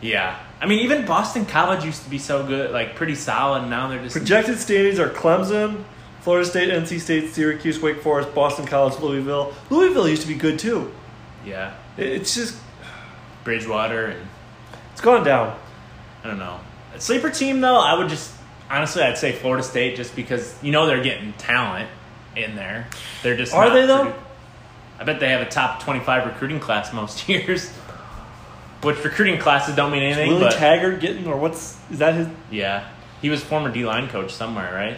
A: yeah, I mean, even Boston College used to be so good, like pretty solid. Now they're just
B: Projected standings are Clemson, Florida State, NC State, Syracuse, Wake Forest, Boston College, Louisville. Louisville used to be good too.
A: yeah,
B: It- It's just
A: Bridgewater and
B: it's gone down.
A: I don't know. A sleeper team though, I would just honestly I'd say Florida State just because you know they're getting talent in there. They're just
B: Are
A: not
B: they, though?
A: produ- I bet they have a top twenty five recruiting class most years. Which recruiting classes don't mean anything,
B: Willie
A: but
B: Taggart getting or what's is that his
A: yeah, he was former D line coach somewhere, right?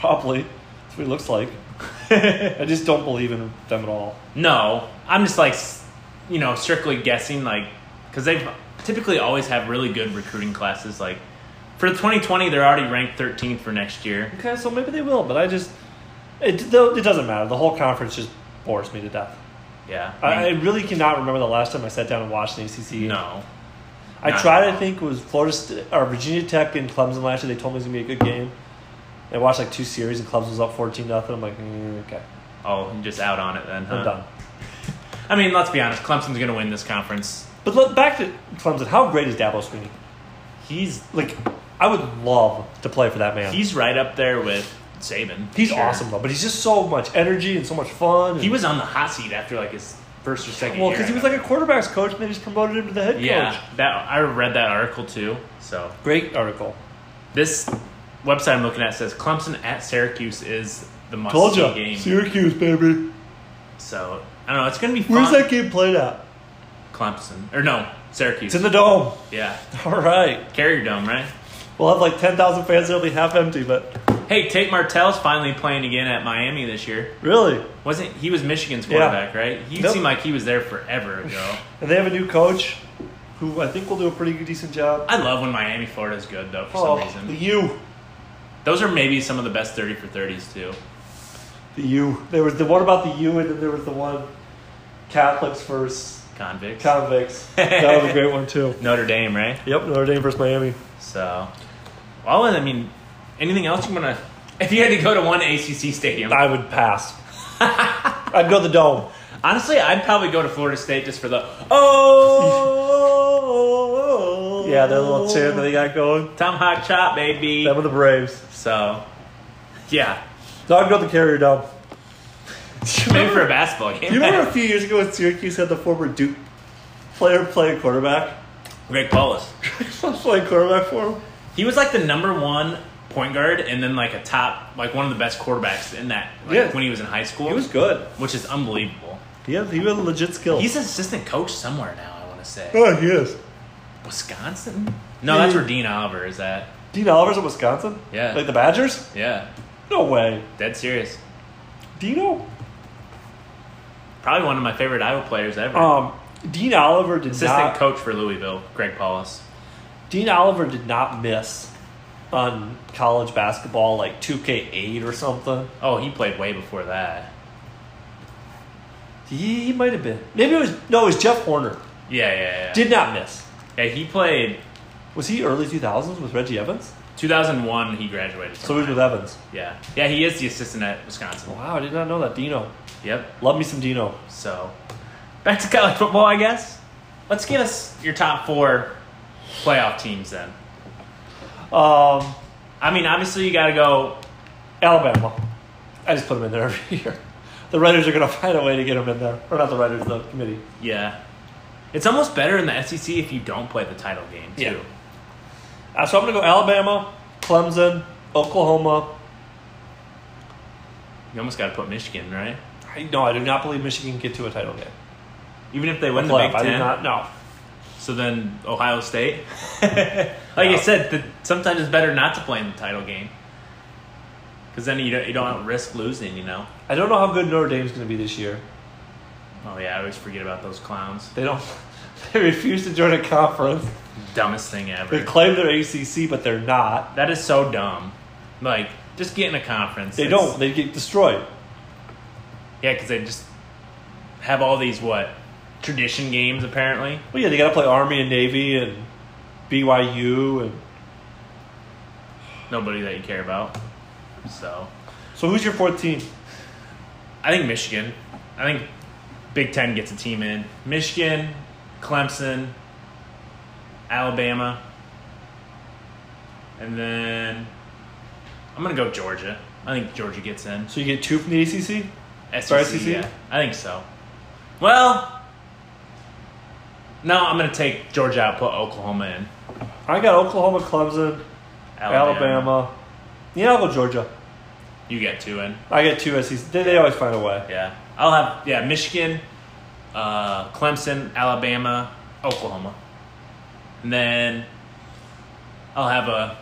B: probably that's what he looks like. I just don't believe in them at all.
A: No, I'm just like, s- you know, strictly guessing, like, because they've typically always have really good recruiting classes. Like, for 2020, they're already ranked 13th for next year.
B: Okay, so maybe they will, but I just it though it doesn't matter. The whole conference just bores me to death.
A: Yeah.
B: I, I
A: mean,
B: really cannot remember the last time I sat down and watched an ACC.
A: no.
B: I
A: Not
B: tried.
A: at
B: I
A: all.
B: think it was Florida St- or Virginia Tech and Clemson last year. They told me it was gonna be a good game. I watched like two series and Clemson was up fourteen nothing. I'm like, mm, okay,
A: Oh, I'm just out on it then. Huh?
B: I'm done.
A: I mean, let's be honest. Clemson's going to win this conference.
B: But look, back to Clemson. How great is Dabo Sweeney?
A: He's
B: Like, I would love to play for that man. He's,
A: he's right up there with Saban. Sure.
B: awesome though, but he's just so much energy and so much fun. and-
A: He was on the hot seat after like his first or second.
B: well
A: year,
B: because he
A: I
B: was
A: think.
B: like a quarterbacks coach, and they just promoted him to the head
A: yeah.
B: coach.
A: That I read that article too. So
B: Great article.
A: This website I'm looking at says Clemson at Syracuse is the must
B: Told
A: see
B: you,
A: game.
B: Syracuse baby.
A: so I don't know. It's gonna be fun.
B: Where's that game played at?
A: Clemson or no Syracuse?
B: It's in the dome.
A: yeah,
B: All right,
A: Carrier Dome, right?
B: we'll have like ten thousand fans. It'll be half empty, but
A: Hey, Tate Martell's finally playing again at Miami this year.
B: really.
A: Wasn't he was Michigan's
B: Yeah.
A: quarterback, right? He
B: Nope.
A: seemed like he was there forever ago.
B: And they have a new coach who I think will do a pretty good, decent job.
A: I love when Miami Florida's good though for
B: oh,
A: some
B: the
A: reason.
B: U.
A: Those are maybe some of the best thirty for thirties too.
B: The U. There was the one about the U, and then there was the one Catholics versus
A: Convicts.
B: convicts. that was a great one, too.
A: Notre Dame, right?
B: Yep, Notre Dame versus Miami.
A: So, well, I mean, anything else you want to? If you had to go to one ACC stadium,
B: I would pass. I'd go the dome.
A: honestly, I'd probably go to Florida State just for the oh.
B: Yeah, that little chant that they got going.
A: Tom Hot Chop, baby.
B: Them and the Braves.
A: So, yeah,
B: So I'd go the Carrier Dome.
A: maybe for a basketball game.
B: Do you remember a few years ago when Syracuse had the former Duke player play quarterback?
A: Greg Paulus?
B: playing quarterback for him?
A: He was like the number one point guard, and then like a top, like one of the best quarterbacks in that. Like,
B: Yeah.
A: when he was in high school,
B: good.
A: which is unbelievable.
B: He had, he had legit skill.
A: He's an assistant coach somewhere now. I want to say.
B: oh, he is.
A: Wisconsin? No, that's
B: Yeah.
A: where Dean Oliver is at.
B: Dean Oliver's in Wisconsin?
A: Yeah.
B: Like the Badgers?
A: Yeah,
B: No way.
A: dead serious.
B: Dino?
A: Probably one of my favorite Iowa players ever.
B: Um, Dean Oliver did
A: Assistant
B: not.
A: coach for Louisville, Greg Paulus.
B: Dean Oliver did not miss on college basketball like 2K8 or something.
A: Oh, he played way before that.
B: He, he might have been. Maybe it was no, it was Jeff Horner.
A: Yeah, yeah, yeah.
B: Did not miss.
A: yeah, he played
B: Was he early 2000s with Reggie Evans?
A: 2001. He graduated.
B: So he was with Evans.
A: yeah, yeah. He is the assistant at Wisconsin.
B: Wow, I did not know that Dino.
A: Yep.
B: Love me some Dino.
A: So, back to college football, I guess. Let's get us your top four playoff teams then.
B: Um,
A: I mean, obviously you got to go.
B: Alabama. I just put them in there every year. The Raiders are going to find a way to get them in there. Or not the Raiders, the committee.
A: Yeah, it's almost better in the SEC if you don't play the title game too.
B: Yeah. Uh, so I'm going to go Alabama, Clemson, Oklahoma.
A: You almost got to put Michigan, right?
B: I, no, I do not believe Michigan can get to a title game.
A: Even if they win the
B: Playoff,
A: Big
B: I do
A: Ten.
B: not. No.
A: So then Ohio State. like I
B: No.
A: said, the, sometimes it's better not to play in the title game. Because then you don't, you don't risk losing, you know?
B: I don't know how good Notre Dame's going to be this year.
A: Oh, yeah, I always forget about those clowns.
B: They don't. They refuse to join a conference.
A: Dumbest thing
B: They
A: ever.
B: claim they're ACC, but they're not.
A: That is so dumb. Like, just get in a conference.
B: They
A: It's-
B: don't. They get destroyed.
A: Yeah, because they just have all these, what, tradition games, apparently.
B: Well, yeah, they got to play Army and Navy and BYU. and
A: Nobody that you care about. So,
B: So who's your fourth team?
A: I think Michigan. I think Big Ten gets a team in. Michigan, Clemson, Alabama, and then I'm gonna go Georgia. I think Georgia gets in.
B: So you get two from the ACC.
A: SEC,
B: SEC?
A: E yeah, I think so. Well, no, I'm gonna take Georgia out, put Oklahoma in.
B: I got Oklahoma, Clemson,
A: Oh,
B: Alabama. Yeah, I'll go Georgia.
A: you get two in.
B: I get two SEC. They, they always find a way.
A: Yeah, I'll have yeah Michigan, uh, Clemson, Alabama, Oklahoma, and then I'll have a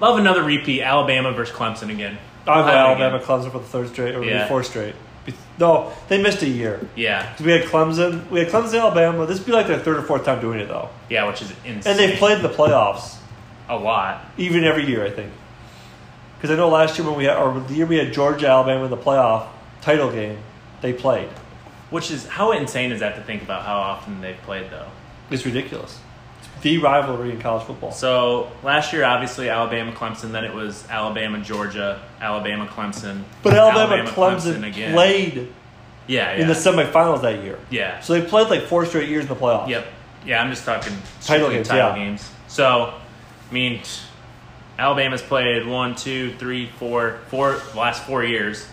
A: I'll have another repeat Alabama versus Clemson again.
B: I go
A: I'll have it
B: Alabama,
A: again.
B: Clemson for the third straight or
A: Yeah.
B: the fourth straight. Be- No, they missed a year.
A: Yeah,
B: 'Cause We had Clemson, we had Clemson, Alabama. This would be like their third or fourth time doing it though,
A: yeah, which is insane.
B: and they've played in the playoffs
A: a lot.
B: even every year I think. Because I know last year when we had, or the year we had Georgia, Alabama in the playoff title game, they played.
A: Which is how insane is that to think about how often they've played though.
B: It's ridiculous. It's the rivalry in college football.
A: So last year, obviously Alabama, Clemson. Then it was Alabama, Georgia, Alabama, Clemson.
B: But Alabama, Clemson, played
A: Yeah, yeah,
B: in the semifinals that year.
A: yeah.
B: So they played like four straight years in the playoffs.
A: Yep. Yeah, I'm just talking
B: Title
A: strictly
B: games,
A: title
B: yeah.
A: games. So, I mean, t- Alabama's played one, two, three, four, four the last four years,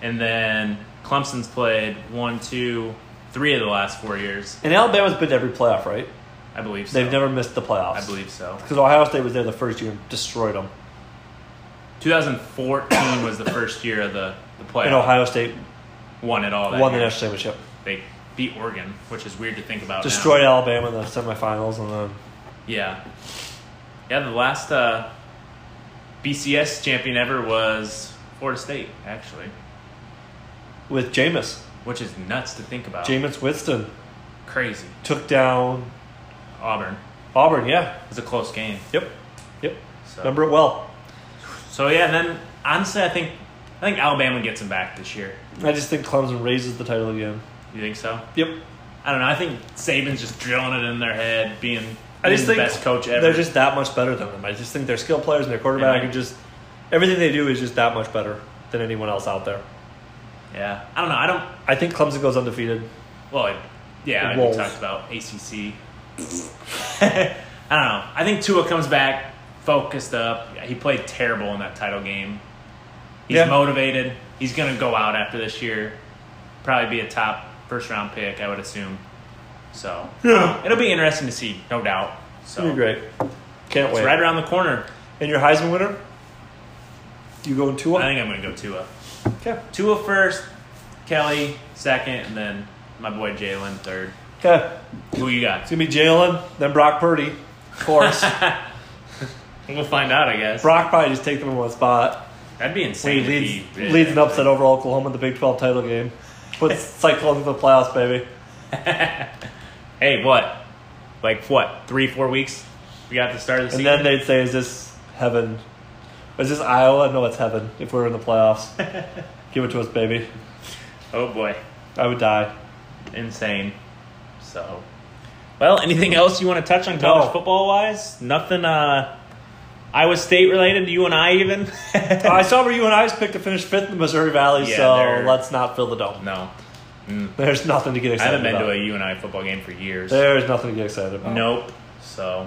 A: and then Clemson's played one, two, three of the last four years.
B: And Alabama's been to every playoff, right?
A: I believe so.
B: They've never missed the playoffs.
A: I believe so.
B: Because Ohio State was there the first year and destroyed them.
A: 2014 was the first year of the the
B: And
A: playoff.
B: Ohio State
A: Won it all. That
B: won the
A: year.
B: national championship.
A: They beat Oregon, which is weird to think about. now.
B: Destroyed Alabama in the semifinals and then
A: Yeah. Yeah, the last uh, BCS champion ever was Florida State, actually,
B: with Jameis.
A: which is nuts to think about.
B: Jameis Winston
A: Crazy.
B: took down
A: Auburn.
B: Auburn, yeah.
A: It was a close game.
B: Yep. Yep.
A: So,
B: Remember it well.
A: so yeah, then honestly, I think I think Alabama gets him back this year.
B: I just think Clemson raises the title again.
A: You think so?
B: Yep.
A: I don't know. I think Saban's just drilling it in their head, being,
B: I just
A: being
B: think
A: the best coach ever.
B: They're just that much better than them. I just think their skill players and their quarterback
A: Yeah.
B: are just everything they do is just that much better than anyone else out there.
A: yeah. I don't know. I don't.
B: I think Clemson goes undefeated.
A: Well, it- yeah,
B: The
A: we
B: Wolves.
A: talked about ACC. I don't know. I think Tua comes back focused up. He played terrible in that title game. He's
B: Yeah.
A: motivated. He's going to go out after this year. Probably be a top first round pick, I would assume. So
B: Yeah.
A: it'll be interesting to see, no doubt. So
B: You're great. Can't
A: Oh. it's
B: wait.
A: right around the corner.
B: And your Heisman winner? You go in
A: I
B: Tua?
A: think I'm going to go Tua.
B: Okay.
A: Tua first, Kelly second, and then my boy Jalen third.
B: Okay.
A: Who you got?
B: It's gonna be Jalen, then Brock Purdy. Of course.
A: We'll find out, I guess.
B: Brock probably just take them in one spot.
A: That'd be
B: He
A: insane. if
B: leads
A: he did
B: leads an
A: that.
B: upset over Oklahoma in the Big Twelve title game. Puts Cyclones in the playoffs, baby.
A: Hey, what? Like what? Three, four weeks? We got the start of the
B: And
A: season.
B: then they'd say, "Is this heaven? Is this Iowa? No, it's heaven. If we were in the playoffs, give it to us, baby.
A: oh boy,
B: I would die."
A: insane. So, well, anything else you want to touch on college
B: No.
A: football wise? Nothing. uh Iowa State related. You and I even.
B: Oh, I saw where you and I was picked to finish fifth in the Missouri Valley,
A: Yeah,
B: so
A: they're-
B: let's not fill the dome.
A: no,
B: There's nothing to get
A: I
B: excited
A: haven't been
B: about.
A: to a you and I football game for years.
B: There's nothing to get excited about.
A: Nope. So,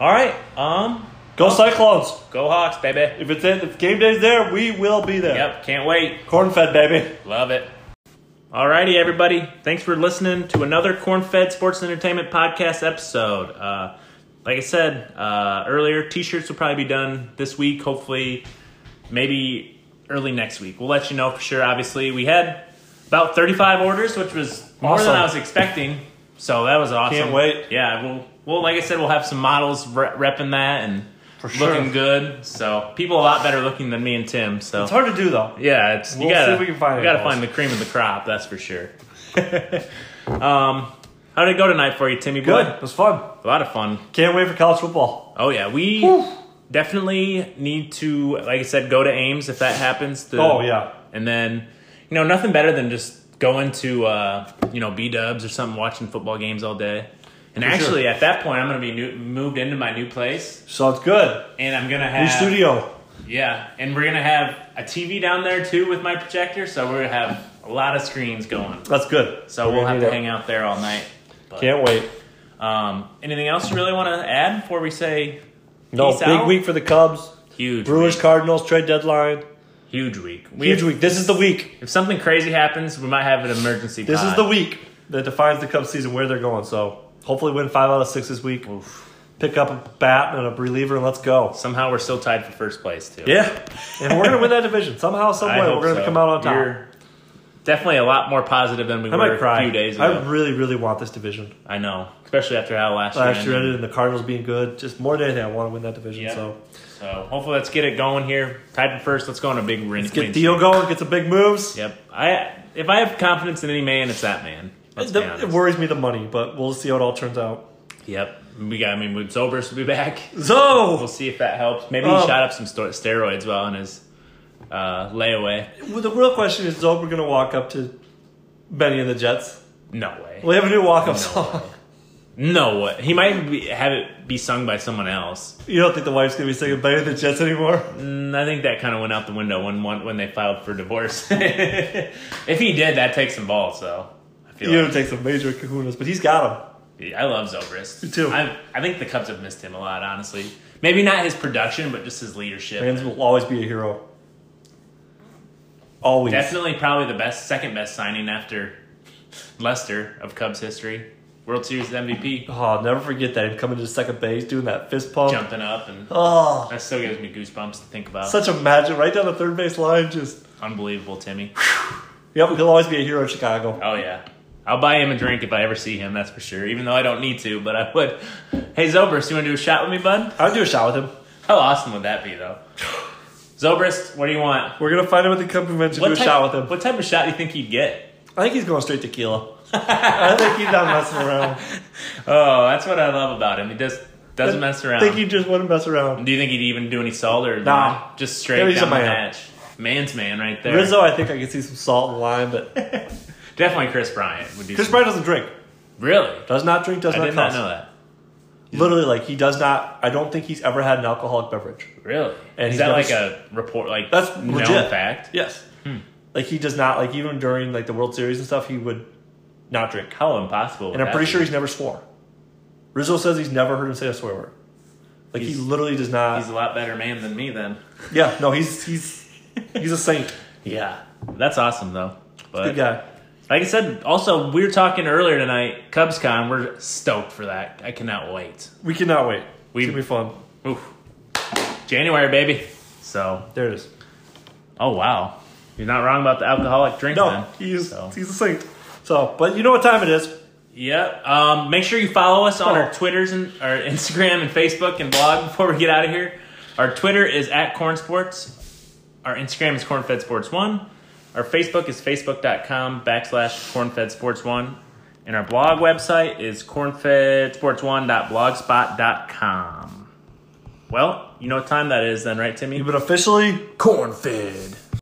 A: all right. Um,
B: Go Cyclones!
A: go Hawks, baby.
B: If it's in, if game day's there, we will be there.
A: Yep, can't wait.
B: Corn fed, baby.
A: Love it. Alrighty, everybody. Thanks for listening to another Corn Fed Sports and Entertainment podcast episode. Uh, like I said uh, earlier, t shirts will probably be done this week, hopefully, maybe early next week. We'll let you know for sure. Obviously, we had about 35 orders, which was more
B: Awesome.
A: than I was expecting. So that was awesome.
B: Can't wait.
A: Yeah, we'll, well, like I said, we'll have some models re- repping that and
B: For sure.
A: looking good. So people a lot better looking than me and Tim. So
B: It's hard to do though.
A: yeah, it's
B: We'll
A: you gotta,
B: see if we can find
A: you gotta
B: it,
A: find the cream of the crop, that's for sure. um, how did it go tonight for you, Timmy
B: Good.
A: boy?
B: It was fun.
A: A lot of fun.
B: Can't wait for college football.
A: Oh yeah, we definitely need to, like I said, go to Ames if that happens. To,
B: Oh, yeah.
A: and then you know nothing better than just going to uh, you know B Dubs or something, watching football games all day. And
B: For sure.
A: actually, at that point, I'm gonna be new, moved into my new place,
B: Sounds good.
A: and I'm gonna
B: New
A: have
B: studio.
A: yeah, and we're gonna have a TV down there too with my projector, so we're gonna have a lot of screens going.
B: That's good.
A: So we'll have to
B: out.
A: hang out there all night. But,
B: Can't wait.
A: Um, anything else you really want to add before we say
B: No,
A: Peace
B: big
A: out.
B: week for the Cubs.
A: huge
B: Brewers,
A: week,
B: Cardinals, trade deadline.
A: huge week? We,
B: Huge week. This is the week.
A: If something crazy happens, we might have an emergency.
B: This is
A: pod.
B: the week that defines the Cubs season where they're going. So hopefully win five out of six this week. Pick up a bat and a reliever and let's go.
A: Somehow we're still tied for first place too.
B: Yeah, and we're gonna win that division somehow, some
A: I
B: way.
A: hope
B: We're gonna
A: so.
B: come out on top.
A: You're definitely a lot more positive than we
B: I
A: were
B: might cry.
A: a few days ago.
B: I really, really want this division.
A: I know, especially after how last,
B: Last year
A: year
B: ended and the Cardinals being good. Just more than anything, I want to win that division.
A: Yeah.
B: So
A: So hopefully, let's get it going here. Tied for first. Let's go on a big win.
B: let's get Theo going. Get some big moves.
A: Yep. I if I have confidence in any man, it's that man. Let's
B: It,
A: be
B: it
A: honest.
B: worries me the money, but we'll see how it all turns out.
A: Yep. We got. I mean, with Zobers will be back. We'll
B: So
A: see if that helps. Maybe he
B: Oh.
A: shot up some sto- steroids while on his uh, layaway.
B: well, the real question is: Is Oprah gonna walk up to Benny and the Jets?
A: No way.
B: We have a new walk-up song.
A: No way. He might be, have it be sung by someone else.
B: You don't think the wife's gonna be singing Benny and the Jets anymore?
A: Mm, I think that kind of went out the window when one, when they filed for divorce. if he did, that takes some balls, though. I feel
B: You're
A: like.
B: gonna take some major kahunas, but he's got them.
A: I love Zobrist.
B: Me too.
A: I, I think the Cubs have missed him a lot, honestly. Maybe not his production, but just his leadership.
B: Fans will always be a hero. Always.
A: Definitely, probably the best, second best signing after Lester of Cubs history. World Series MVP,
B: Oh, I'll never forget that. Him coming to second base, doing that fist pump.
A: jumping up, and
B: Oh,
A: that still gives me goosebumps to think about.
B: such a magic. Right down the third base line. Just,
A: Unbelievable, Timmy.
B: yep, he'll always be a hero in Chicago.
A: Oh yeah, I'll buy him a drink if I ever see him. That's for sure. Even though I don't need to, but I would. Hey Zobrist, you want to do a shot with me, bud?
B: I would do a shot with him.
A: How awesome would that be, though? Zobrist, what do you want?
B: We're going to find him at the Cub Convention, do a
A: type,
B: shot with him.
A: What type of shot do you think he'd get?
B: I think he's going straight tequila. I think he's not messing around.
A: Oh, that's what I love about him. He does doesn't mess
B: I
A: around.
B: think he just wouldn't mess around.
A: do you think he'd even do any salt or
B: Nah.
A: Just
B: Yeah,
A: straight
B: he's
A: down
B: a
A: the
B: man.
A: hatch. Man's man right there.
B: Rizzo, I think I can see some salt and lime, but
A: Definitely Chris Bryant would do.
B: Chris
A: some-
B: Bryant doesn't drink.
A: Really?
B: Does not drink, does
A: I
B: not
A: did not
B: cuss.
A: know that.
B: Literally, like, he does not, I don't think he's ever had an alcoholic beverage.
A: Really?
B: And
A: Is
B: he's
A: that
B: never
A: like
B: s-
A: a report? Like
B: That's
A: known
B: legit.
A: fact.
B: Yes. Like, he does not, like, even during, like, the World Series and stuff, he would not drink.
A: How impossible. would
B: And I'm
A: that
B: pretty
A: be?
B: sure he's never swore. Rizzo says he's never heard him say a swear word. Like he
A: He's-
B: literally does not.
A: he's a lot better man than me. Then.
B: yeah, no, he's he's he's a saint.
A: Yeah, that's awesome though.
B: Good
A: But
B: guy.
A: like I said, also we were talking earlier tonight, CubsCon. We're stoked for that. I cannot wait.
B: We cannot wait.
A: We-
B: It's gonna be fun.
A: Oof. January, baby. So
B: There it is.
A: Oh wow, you're not wrong about the alcoholic drink.
B: No,
A: then.
B: he's
A: So.
B: he's a saint. So, but you know what time it is?
A: Yep. Um, make sure you follow us on our
B: Oh.
A: Twitters and our Instagram and Facebook and blog before we get out of here. Our Twitter is at Corn Sports. Our Instagram is CornFed Sports One. Our Facebook is facebook.com backslash CornFed Sports One. And our blog website is cornfedsports1.blogspot.com. Well, you know what time that is then, right, Timmy?
B: You've been officially
A: Corn fed.